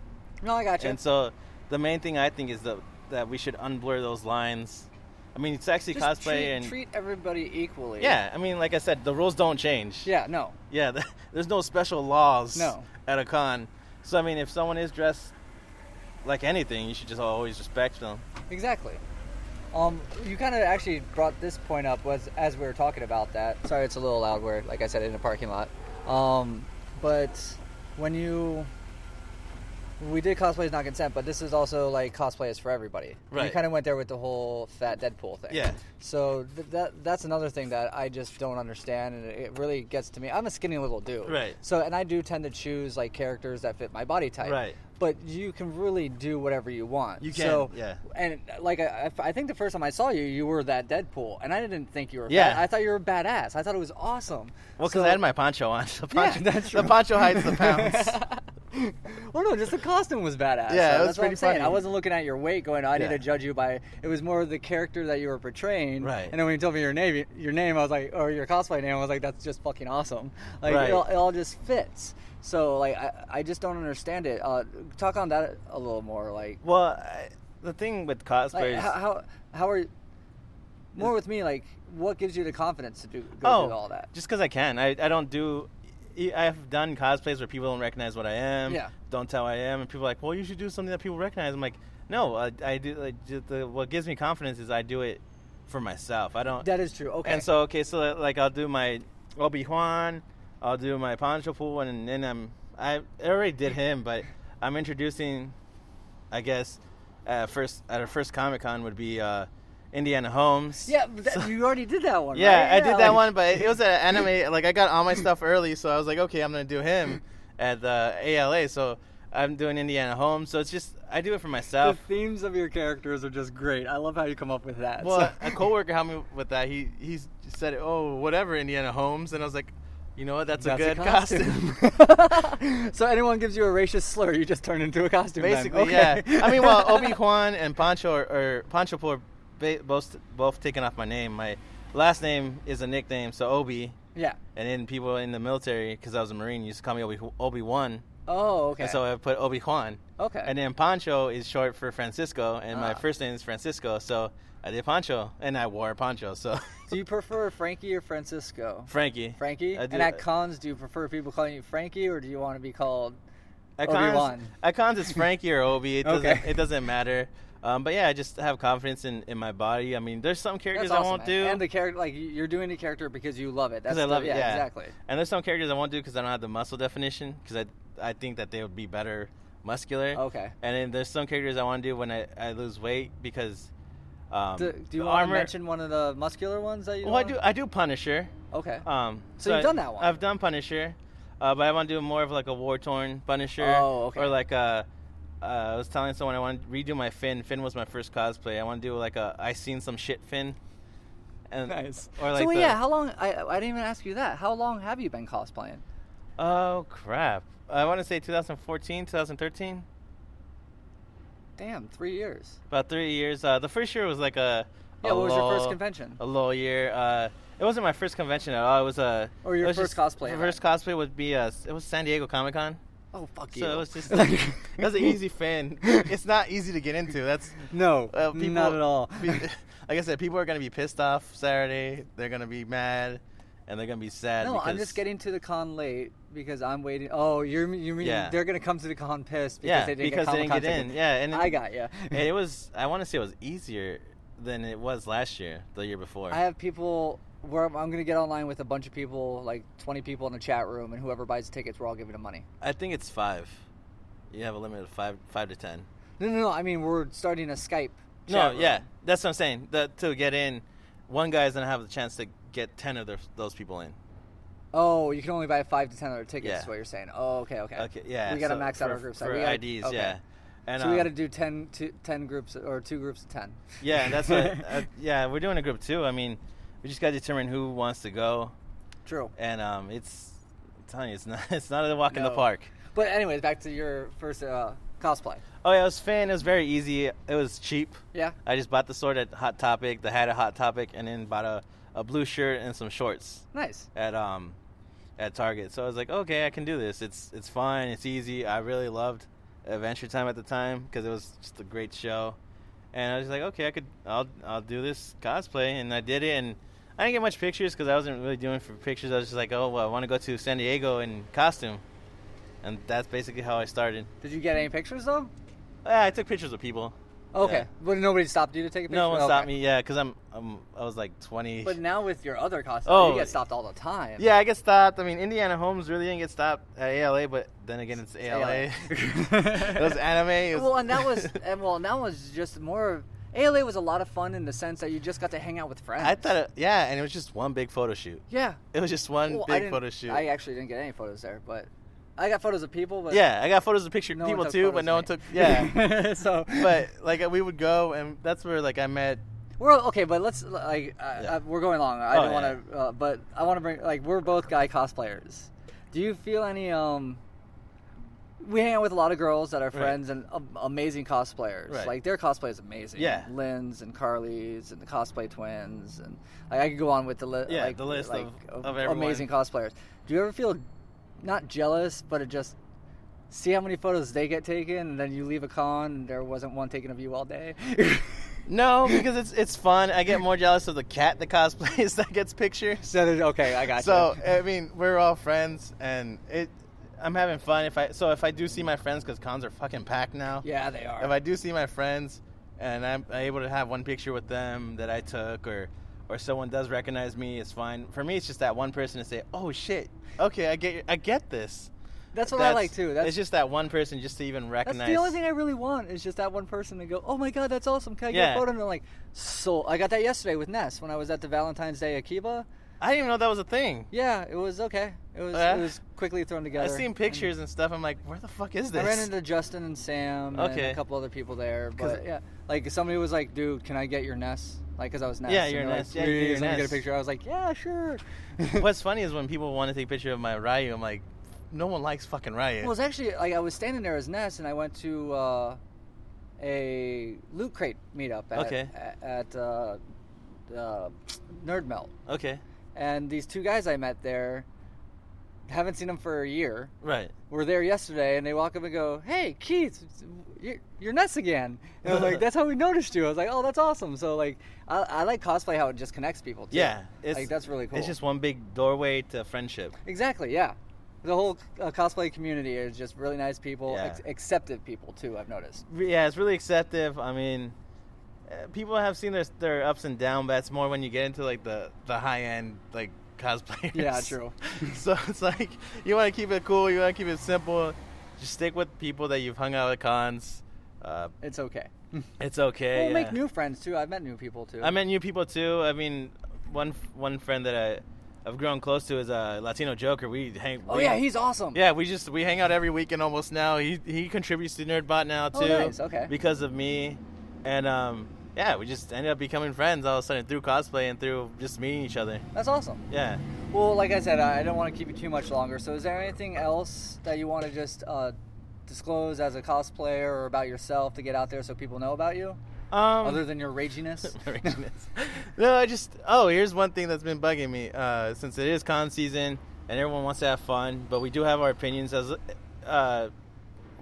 Speaker 1: No, I got you.
Speaker 2: and so the main thing I think is that that we should unblur those lines. I mean, sexy
Speaker 1: Just
Speaker 2: cosplay
Speaker 1: treat,
Speaker 2: and
Speaker 1: treat everybody equally.
Speaker 2: yeah. I mean, like I said, the rules don't change.
Speaker 1: Yeah. No.
Speaker 2: yeah. th- There's no special laws.
Speaker 1: No.
Speaker 2: At a con, so I mean, if someone is dressed like anything, you should just always respect them.
Speaker 1: Exactly. Um, you kind of actually brought this point up was as we were talking about that. Sorry, it's a little loud. We're like I said in a parking lot. Um, but when you we did cosplay is not consent, but this is also like cosplay is for everybody. You
Speaker 2: Right.
Speaker 1: kind of went there with the whole fat Deadpool thing.
Speaker 2: Yeah.
Speaker 1: So th- that that's another thing that I just don't understand, and it really gets to me. I'm a skinny little dude.
Speaker 2: Right.
Speaker 1: So and I do tend to choose like characters that fit my body type.
Speaker 2: Right.
Speaker 1: But you can really do whatever you want.
Speaker 2: You can,
Speaker 1: So,
Speaker 2: yeah.
Speaker 1: and like I, I I think the first time I saw you, you were that Deadpool, and I didn't think you were.
Speaker 2: Yeah.
Speaker 1: Yeah. I thought you were badass. I thought it was awesome.
Speaker 2: Well, because
Speaker 1: So-
Speaker 2: I had my poncho on. The poncho,
Speaker 1: that's
Speaker 2: the
Speaker 1: true.
Speaker 2: poncho hides the pounds.
Speaker 1: well, no, just the costume was badass.
Speaker 2: Yeah,
Speaker 1: Uh,
Speaker 2: it was
Speaker 1: that's what
Speaker 2: pretty
Speaker 1: I'm saying.
Speaker 2: funny.
Speaker 1: I wasn't looking at your weight, going, oh, "I
Speaker 2: Yeah.
Speaker 1: need to judge you by." It was more the character that you were portraying.
Speaker 2: Right.
Speaker 1: And then when you told me your name, your name, I was like, or your cosplay name, I was like, "That's just fucking awesome." Like
Speaker 2: Right.
Speaker 1: it, all, it all just fits. So like I, I just don't understand it. Uh, talk on that a little more. Like
Speaker 2: well, I, the thing with
Speaker 1: Like,
Speaker 2: cosplayers.
Speaker 1: how, how how are more with me? Like, what gives you the confidence to do go
Speaker 2: Oh.
Speaker 1: do all that?
Speaker 2: Just because I can. I, I don't do. I've done cosplays where people don't recognize what I am.
Speaker 1: Yeah.
Speaker 2: Don't tell who I am, and people are like, well, you should do something that people recognize. I'm like, no, I, I do. I do the, what gives me confidence is I do it for myself. I don't.
Speaker 1: That is true. Okay.
Speaker 2: And so okay, so like I'll do my Obi Juan, I'll do my Pancho Pool, and then I'm I already did him, but I'm introducing, I guess, at first at our first Comic Con would be uh, Indiana Holmes.
Speaker 1: yeah, but that, you already did that one.
Speaker 2: Yeah,
Speaker 1: right?
Speaker 2: I did that
Speaker 1: like-
Speaker 2: one, but it was an anime. Like I got all my stuff early, so I was like, okay, I'm gonna do him at the ALA. So I'm doing Indiana Home. So it's just I do it for
Speaker 1: The
Speaker 2: myself.
Speaker 1: themes of your characters are just great. I love how you come up with that.
Speaker 2: Well,
Speaker 1: So-
Speaker 2: a coworker helped me with that. He he said, "Oh, whatever, Indiana Holmes," and I was like, "You know what? That's, a good costume."
Speaker 1: so anyone gives you a racist slur, you just turn into a costume. then.
Speaker 2: Basically,
Speaker 1: Okay.
Speaker 2: yeah. I mean, well, Obi Juan and Pancho are, are Pancho are ba- both both taken off my name. My last name is a nickname, so Obi.
Speaker 1: Yeah.
Speaker 2: And then people in the military, because I was a Marine, used to call me Obi Obi One,
Speaker 1: Oh, okay.
Speaker 2: and so I put Obi Juan.
Speaker 1: okay.
Speaker 2: And then Pancho is short for Francisco, and my
Speaker 1: Ah.
Speaker 2: first name is Francisco, so I did Pancho, and I wore a poncho. So
Speaker 1: do you prefer Frankie or Francisco?
Speaker 2: Frankie,
Speaker 1: Frankie.
Speaker 2: I do-
Speaker 1: and at cons, do you prefer people calling you Frankie, or do you want to be called?
Speaker 2: At
Speaker 1: Obi
Speaker 2: cons-
Speaker 1: Wan.
Speaker 2: At cons, it's Frankie or Obi. It doesn't,
Speaker 1: Okay.
Speaker 2: it doesn't matter. Um, but yeah, I just have confidence in, in my body. I mean, there's some characters
Speaker 1: awesome,
Speaker 2: I won't
Speaker 1: man.
Speaker 2: do.
Speaker 1: And the character, like you- you're doing the character because you love it. That's
Speaker 2: because I
Speaker 1: the-
Speaker 2: love it. Yeah,
Speaker 1: exactly.
Speaker 2: And there's some characters I won't do because I don't have the muscle definition. Because I I think that they would be better muscular.
Speaker 1: Okay.
Speaker 2: And then there's some characters I want to do when I, I lose weight because. Um,
Speaker 1: Do, do you
Speaker 2: the
Speaker 1: want
Speaker 2: armor-
Speaker 1: to mention one of the muscular ones that you?
Speaker 2: Well, I do.
Speaker 1: wanna-
Speaker 2: I do Punisher.
Speaker 1: Okay.
Speaker 2: Um,
Speaker 1: So you've
Speaker 2: I-
Speaker 1: done that one.
Speaker 2: I've done Punisher, uh, but I want to do more of like a war torn Punisher.
Speaker 1: Oh, okay.
Speaker 2: Or like uh uh, I was telling someone I want to redo my Finn. Finn was my first cosplay. I want to do like a I seen some shit Finn. And, Or like
Speaker 1: so well,
Speaker 2: the-
Speaker 1: yeah, how long? I I didn't even ask you that. How long have you been cosplaying?
Speaker 2: oh crap! I want to say 2014, 2013.
Speaker 1: Damn, three years.
Speaker 2: About three years. Uh, the first year was like a.
Speaker 1: Yeah,
Speaker 2: a
Speaker 1: what was your first
Speaker 2: lull-
Speaker 1: convention?
Speaker 2: A low year. Uh, it wasn't my first convention at all. It was a.
Speaker 1: Or your
Speaker 2: it was
Speaker 1: first
Speaker 2: just-
Speaker 1: cosplay
Speaker 2: My
Speaker 1: event.
Speaker 2: first cosplay would be uh, it was San Diego Comic Con.
Speaker 1: Oh fuck you.
Speaker 2: So it was just like, that's an easy fan. It's not easy to get into. That's
Speaker 1: No,
Speaker 2: uh, people,
Speaker 1: not at all.
Speaker 2: pe- like I said, people are gonna be pissed off Saturday. They're gonna be mad, and they're gonna be sad.
Speaker 1: No, I'm
Speaker 2: because-
Speaker 1: just getting to the con late because I'm waiting. Oh, you're you mean
Speaker 2: Yeah.
Speaker 1: they're gonna come to the con pissed because
Speaker 2: yeah
Speaker 1: they didn't
Speaker 2: because
Speaker 1: get
Speaker 2: they didn't
Speaker 1: Comic-Con
Speaker 2: get in.
Speaker 1: tickets.
Speaker 2: Yeah, and
Speaker 1: I got you.
Speaker 2: and it was. I want to say it was easier than it was last year, the year before.
Speaker 1: I have people where I'm, I'm gonna get online with a bunch of people, like 20 people in a chat room, and whoever buys the tickets, we're all giving them money.
Speaker 2: I think it's five. You have a limit of five, five to ten.
Speaker 1: No, no, no. I mean, we're starting a Skype.
Speaker 2: No,
Speaker 1: chat room.
Speaker 2: yeah, that's what I'm saying. The, to get in, one guy's gonna have the chance to get ten of their, those people in.
Speaker 1: Oh, you can only buy five to ten other tickets.
Speaker 2: Yeah.
Speaker 1: Is what you're saying? Oh, okay, okay.
Speaker 2: Okay, yeah.
Speaker 1: We gotta
Speaker 2: so
Speaker 1: max out
Speaker 2: for-
Speaker 1: our group size.
Speaker 2: for
Speaker 1: We gotta-
Speaker 2: IDs.
Speaker 1: okay.
Speaker 2: Yeah, and
Speaker 1: so we
Speaker 2: um,
Speaker 1: got to do 10, to, 10 groups or two groups of ten.
Speaker 2: Yeah, that's what. uh, yeah, we're doing a group too. I mean, we just gotta determine who wants to go,
Speaker 1: True.
Speaker 2: and um, it's I'm telling you, it's not it's not a walk in the
Speaker 1: No.
Speaker 2: park.
Speaker 1: But anyways, back to your first uh, cosplay.
Speaker 2: Oh yeah, it was fun. It was very easy. It was cheap.
Speaker 1: Yeah.
Speaker 2: I just bought the sword at Hot Topic, the hat at Hot Topic, and then bought a, a blue shirt and some shorts
Speaker 1: Nice.
Speaker 2: at um at Target. So I was like, okay, I can do this. It's it's fine. It's easy. I really loved Adventure Time at the time because it was just a great show, and I was like, okay, I could I'll I'll do this cosplay, and I did it, and I didn't get much pictures because I wasn't really doing for pictures. I was just like, oh well, I want to go to San Diego in costume, and that's basically how I started.
Speaker 1: Did you get any pictures though?
Speaker 2: Yeah, I took pictures of people.
Speaker 1: Okay.
Speaker 2: Yeah.
Speaker 1: But nobody stopped you to take a picture.
Speaker 2: No one
Speaker 1: Okay.
Speaker 2: stopped me. Yeah, because I'm, I'm I was like 20.
Speaker 1: But now with your other cosplay,
Speaker 2: Oh.
Speaker 1: you get stopped all the time.
Speaker 2: Yeah, I get stopped. I mean, Indiana Homes really didn't get stopped at ALA, but then again, it's ALA. it was anime. It was-
Speaker 1: Well, and that was and well, and that was just more. ALA was a lot of fun in the sense that you just got to hang out with friends.
Speaker 2: I thought, it, yeah, and it was just one big photo shoot.
Speaker 1: Yeah.
Speaker 2: It was just one
Speaker 1: Well, I
Speaker 2: big
Speaker 1: didn't-
Speaker 2: photo shoot.
Speaker 1: I actually didn't get any photos there, but I got photos of people. But
Speaker 2: yeah, I got photos of picture
Speaker 1: no one
Speaker 2: people
Speaker 1: took
Speaker 2: too,
Speaker 1: photos
Speaker 2: but no one
Speaker 1: of
Speaker 2: took.
Speaker 1: me.
Speaker 2: Yeah,
Speaker 1: so,
Speaker 2: but like we would go, and that's where like I met.
Speaker 1: we're okay. But let's like uh,
Speaker 2: Yeah.
Speaker 1: uh, we're going long. I
Speaker 2: Oh,
Speaker 1: don't
Speaker 2: yeah.
Speaker 1: want to. Uh, but I want to bring like we're both guy cosplayers. Do you feel any um? We hang out with a lot of girls that are
Speaker 2: Right.
Speaker 1: friends and um, amazing cosplayers.
Speaker 2: Right.
Speaker 1: Like their cosplay is amazing.
Speaker 2: Yeah.
Speaker 1: Lynn's and Carly's and the cosplay twins and like, I could go on with the list.
Speaker 2: Yeah,
Speaker 1: like,
Speaker 2: the list
Speaker 1: like,
Speaker 2: of-
Speaker 1: a-
Speaker 2: of everyone.
Speaker 1: amazing cosplayers. Do you ever feel not jealous, but it just see how many photos they get taken, and then you leave a con and there wasn't one taken of you all day.
Speaker 2: No, because it's it's fun. I get more jealous of the cat that cosplays that gets pictures.
Speaker 1: so there's- okay, I got
Speaker 2: So I mean, we're all friends, and it. I'm having fun. If I so if I do see my friends, because cons are fucking packed now.
Speaker 1: Yeah, they
Speaker 2: If
Speaker 1: are.
Speaker 2: I do see my friends, and I'm able to have one picture with them that I took, or or someone does recognize me, it's fine. For me, it's just that one person to say, "Oh shit, okay, I get I get this."
Speaker 1: That's what I like too. That's
Speaker 2: it's just that one person just to even
Speaker 1: that's
Speaker 2: recognize.
Speaker 1: the only thing I really want is just that one person to go, "Oh my god, that's awesome! Can I get
Speaker 2: Yeah.
Speaker 1: a photo?" And they're like, "So I got that yesterday with Ness when I was at the Valentine's Day Akiba.
Speaker 2: I didn't even know that was a thing.
Speaker 1: Yeah, it was okay. It was
Speaker 2: Yeah.
Speaker 1: it was quickly thrown together.
Speaker 2: I've seen
Speaker 1: And
Speaker 2: pictures and stuff. I'm like, where the fuck is this?
Speaker 1: I ran into Justin and Sam and
Speaker 2: Okay.
Speaker 1: a couple other people there,
Speaker 2: 'Cause-
Speaker 1: but yeah, like somebody was like, "Dude, can I get your Ness?" Like, cause I was Ness.
Speaker 2: Yeah,
Speaker 1: and
Speaker 2: your
Speaker 1: they're like,
Speaker 2: Ness. Yeah, you
Speaker 1: "Please,
Speaker 2: do your
Speaker 1: let me get
Speaker 2: Ness."
Speaker 1: a picture. I was like, "Yeah, sure."
Speaker 2: What's funny is when people want to take a picture of my Ryu, I'm like, no one likes fucking Ryu.
Speaker 1: Well, it was actually like I was standing there as Ness, and I went to uh, a loot crate meetup at
Speaker 2: Okay.
Speaker 1: at, at uh, uh, Nerd Melt,
Speaker 2: Okay.
Speaker 1: and these two guys I met there haven't seen them for a year.
Speaker 2: Right.
Speaker 1: Were there yesterday, and they walk up and go, "Hey, Keith, you're, you're nuts again." And I'm like, "That's how we noticed you." I was like, "Oh, that's awesome." So like, I, I like cosplay how it just connects people. Too.
Speaker 2: Yeah. It's,
Speaker 1: like that's really cool.
Speaker 2: It's just one big doorway to friendship.
Speaker 1: Exactly, yeah. The whole uh, cosplay community is just really nice people,
Speaker 2: Yeah.
Speaker 1: ex- accepted people too. I've noticed.
Speaker 2: Yeah, it's really acceptive. I mean, uh, people have seen their their ups and downs, but it's more when you get into like the the high end like cosplayers.
Speaker 1: Yeah, true.
Speaker 2: so it's like you want to keep it cool, you want to keep it simple. Just stick with people that you've hung out at cons. Uh,
Speaker 1: It's okay.
Speaker 2: it's okay.
Speaker 1: we'll
Speaker 2: yeah.
Speaker 1: make new friends too. I've met new people too.
Speaker 2: I met new people too. I mean, one one friend that I I've grown close to is a Latino Joker. We hang.
Speaker 1: oh
Speaker 2: we-
Speaker 1: yeah, he's awesome.
Speaker 2: yeah, we just we hang out every weekend almost now. He he contributes to Nerdbot now too.
Speaker 1: Oh, nice. Okay.
Speaker 2: Because of me, and um yeah, we just ended up becoming friends all of a sudden through cosplay and through just meeting each other.
Speaker 1: that's awesome.
Speaker 2: Yeah.
Speaker 1: Well, like I said, I I don't want to keep you too much longer. So, is there anything else that you want to just uh, disclose as a cosplayer or about yourself to get out there so people know about you,
Speaker 2: Um.
Speaker 1: other than your raginess?
Speaker 2: arrangements. no, I just oh, here's one thing that's been bugging me. Uh, since it is con season and everyone wants to have fun, but we do have our opinions as, uh,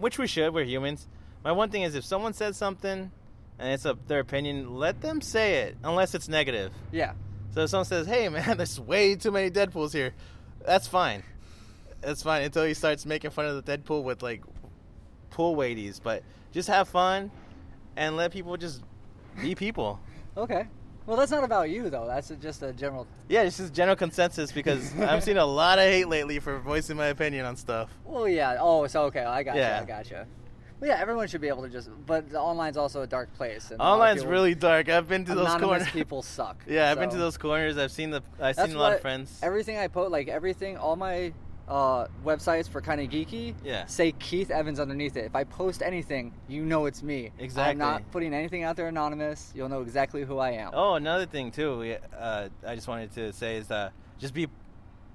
Speaker 2: which we should. We're humans. My one thing is if someone says something and it's a, their opinion, let them say it unless it's negative.
Speaker 1: yeah.
Speaker 2: So if someone says, "Hey, man, there's way too many Deadpool's here," that's fine. That's fine until he starts making fun of the Deadpool with like pool weighties. But just have fun and let people just be people.
Speaker 1: Okay. Well, that's not about you though. That's just a general
Speaker 2: Yeah, this is general consensus because I've seen a lot of hate lately for voicing my opinion on stuff.
Speaker 1: Well, yeah. Oh, so okay. I gotcha.
Speaker 2: Yeah.
Speaker 1: I gotcha. Well, yeah, everyone should be able to just. But the online's also a dark place. And a lot of
Speaker 2: Online's
Speaker 1: people-
Speaker 2: really dark. I've been to those
Speaker 1: anonymous
Speaker 2: corners.
Speaker 1: people suck.
Speaker 2: Yeah, I've been
Speaker 1: so
Speaker 2: to those corners. I've seen the. I've
Speaker 1: that's
Speaker 2: seen a lot of
Speaker 1: what-
Speaker 2: friends.
Speaker 1: Everything I put, like everything, all my uh, websites for kind of geeky.
Speaker 2: Yeah.
Speaker 1: Say Keith Evans underneath it. If I post anything, you know it's me.
Speaker 2: Exactly.
Speaker 1: I'm not putting anything out there anonymous. You'll know exactly who I am.
Speaker 2: oh, another thing too. we- Uh, I just wanted to say is uh, just be,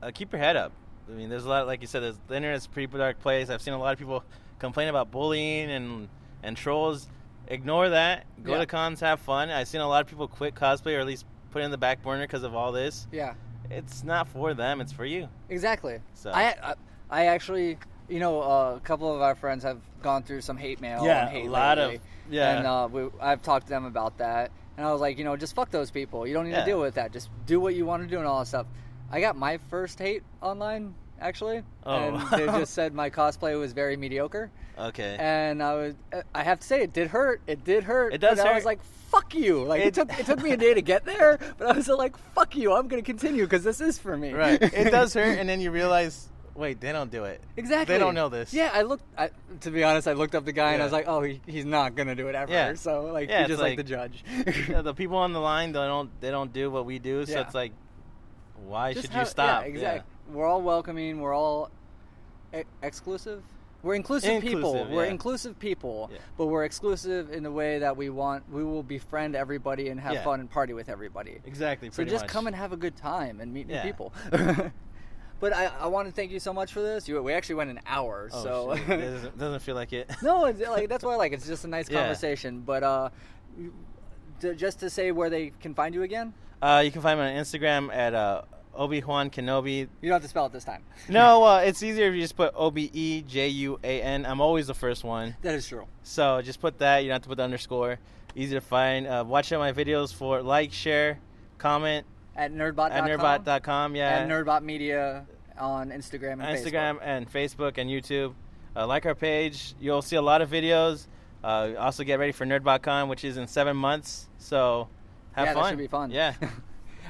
Speaker 2: uh, keep your head up. I mean, there's a lot. Like you said, there's, the internet's a pretty dark place. I've seen a lot of people complain about bullying and and trolls. Ignore that. Go
Speaker 1: Yeah.
Speaker 2: to cons, have fun. I've seen a lot of people quit cosplay or at least put it in the back burner because of all this.
Speaker 1: Yeah.
Speaker 2: It's not for them. It's for you.
Speaker 1: Exactly.
Speaker 2: So-
Speaker 1: I, I I actually, you know, uh, a couple of our friends have gone through some hate mail.
Speaker 2: Yeah,
Speaker 1: and hate
Speaker 2: a lot of-
Speaker 1: lately,
Speaker 2: yeah.
Speaker 1: And uh, we, I've talked to them about that, and I was like, you know, just fuck those people. You don't need
Speaker 2: Yeah.
Speaker 1: to deal with that. Just do what you want to do and all that stuff. I got my first hate online actually,
Speaker 2: Oh,
Speaker 1: and
Speaker 2: wow.
Speaker 1: they just said my cosplay was very mediocre,
Speaker 2: Okay.
Speaker 1: and I was. eh, I have to say, it did hurt. It did hurt.
Speaker 2: It does
Speaker 1: but I was
Speaker 2: hurt.
Speaker 1: like. Fuck you! Like it,
Speaker 2: It-
Speaker 1: took it took me a day to get there, but I was like, "Fuck you! I'm gonna continue because this is for me."
Speaker 2: right. It does hurt, and then you realize, wait, they don't do it.
Speaker 1: Exactly.
Speaker 2: They don't know this.
Speaker 1: Yeah, I looked. I, to be honest, I looked up the guy and I was
Speaker 2: Yeah.
Speaker 1: like, "Oh, he, he's not gonna do it ever."
Speaker 2: Yeah.
Speaker 1: So like,
Speaker 2: Yeah,
Speaker 1: he's
Speaker 2: it's
Speaker 1: just like,
Speaker 2: like-
Speaker 1: the judge.
Speaker 2: Yeah, the people on the line, they don't. They don't do what we do. So
Speaker 1: Yeah.
Speaker 2: it's like, why
Speaker 1: Just
Speaker 2: should
Speaker 1: how-
Speaker 2: you stop?
Speaker 1: Yeah, exactly. We're all welcoming. We're all e- exclusive. We're inclusive, people.
Speaker 2: Inclusive,
Speaker 1: We're
Speaker 2: yeah.
Speaker 1: inclusive people,
Speaker 2: Yeah.
Speaker 1: but we're exclusive in the way that we want. We will befriend everybody and have
Speaker 2: Yeah.
Speaker 1: fun and party with everybody.
Speaker 2: Exactly.
Speaker 1: So
Speaker 2: pretty
Speaker 1: just
Speaker 2: much.
Speaker 1: come and have a good time and meet new
Speaker 2: Yeah.
Speaker 1: people. but I, I want to thank you so much for this. You, we actually went an hour,
Speaker 2: Oh,
Speaker 1: so
Speaker 2: shit. It doesn't, doesn't feel like it.
Speaker 1: No, it's like that's why I like. it. It's just a nice
Speaker 2: Yeah.
Speaker 1: conversation. But uh, d- just to say where they can find you again,
Speaker 2: Uh, you can find me on Instagram at uh, Obi Juan Kenobi.
Speaker 1: you don't have to spell it this time.
Speaker 2: No, uh, it's easier if you just put O B E J U A N. I'm always the first one.
Speaker 1: That is true.
Speaker 2: So just put that. You don't have to put the underscore. Easy to find. Uh, watch out my videos for like, share, comment
Speaker 1: At nerdbot.com.
Speaker 2: at nerdbot.com. Yeah.
Speaker 1: At nerdbot media on Instagram and
Speaker 2: Instagram and Facebook and YouTube. Uh, like our page. You'll see a lot of videos. Uh, also, get ready for NerdBotCon, which is in seven months. So have
Speaker 1: Yeah, that
Speaker 2: fun.
Speaker 1: should be fun.
Speaker 2: Yeah.
Speaker 1: Facebook.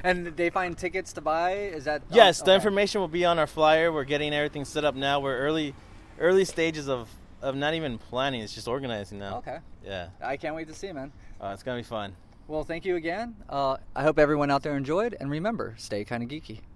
Speaker 1: And they find tickets to buy. Is that oh,
Speaker 2: yes, the
Speaker 1: okay.
Speaker 2: information will be on our flyer. We're getting everything set up now. We're early, early stages of of not even planning. It's just organizing now.
Speaker 1: Okay,
Speaker 2: Yeah.
Speaker 1: I can't wait to see, man.
Speaker 2: Uh, it's gonna be fun.
Speaker 1: Well, thank you again. Uh, I hope everyone out there enjoyed, and remember, stay kind of geeky.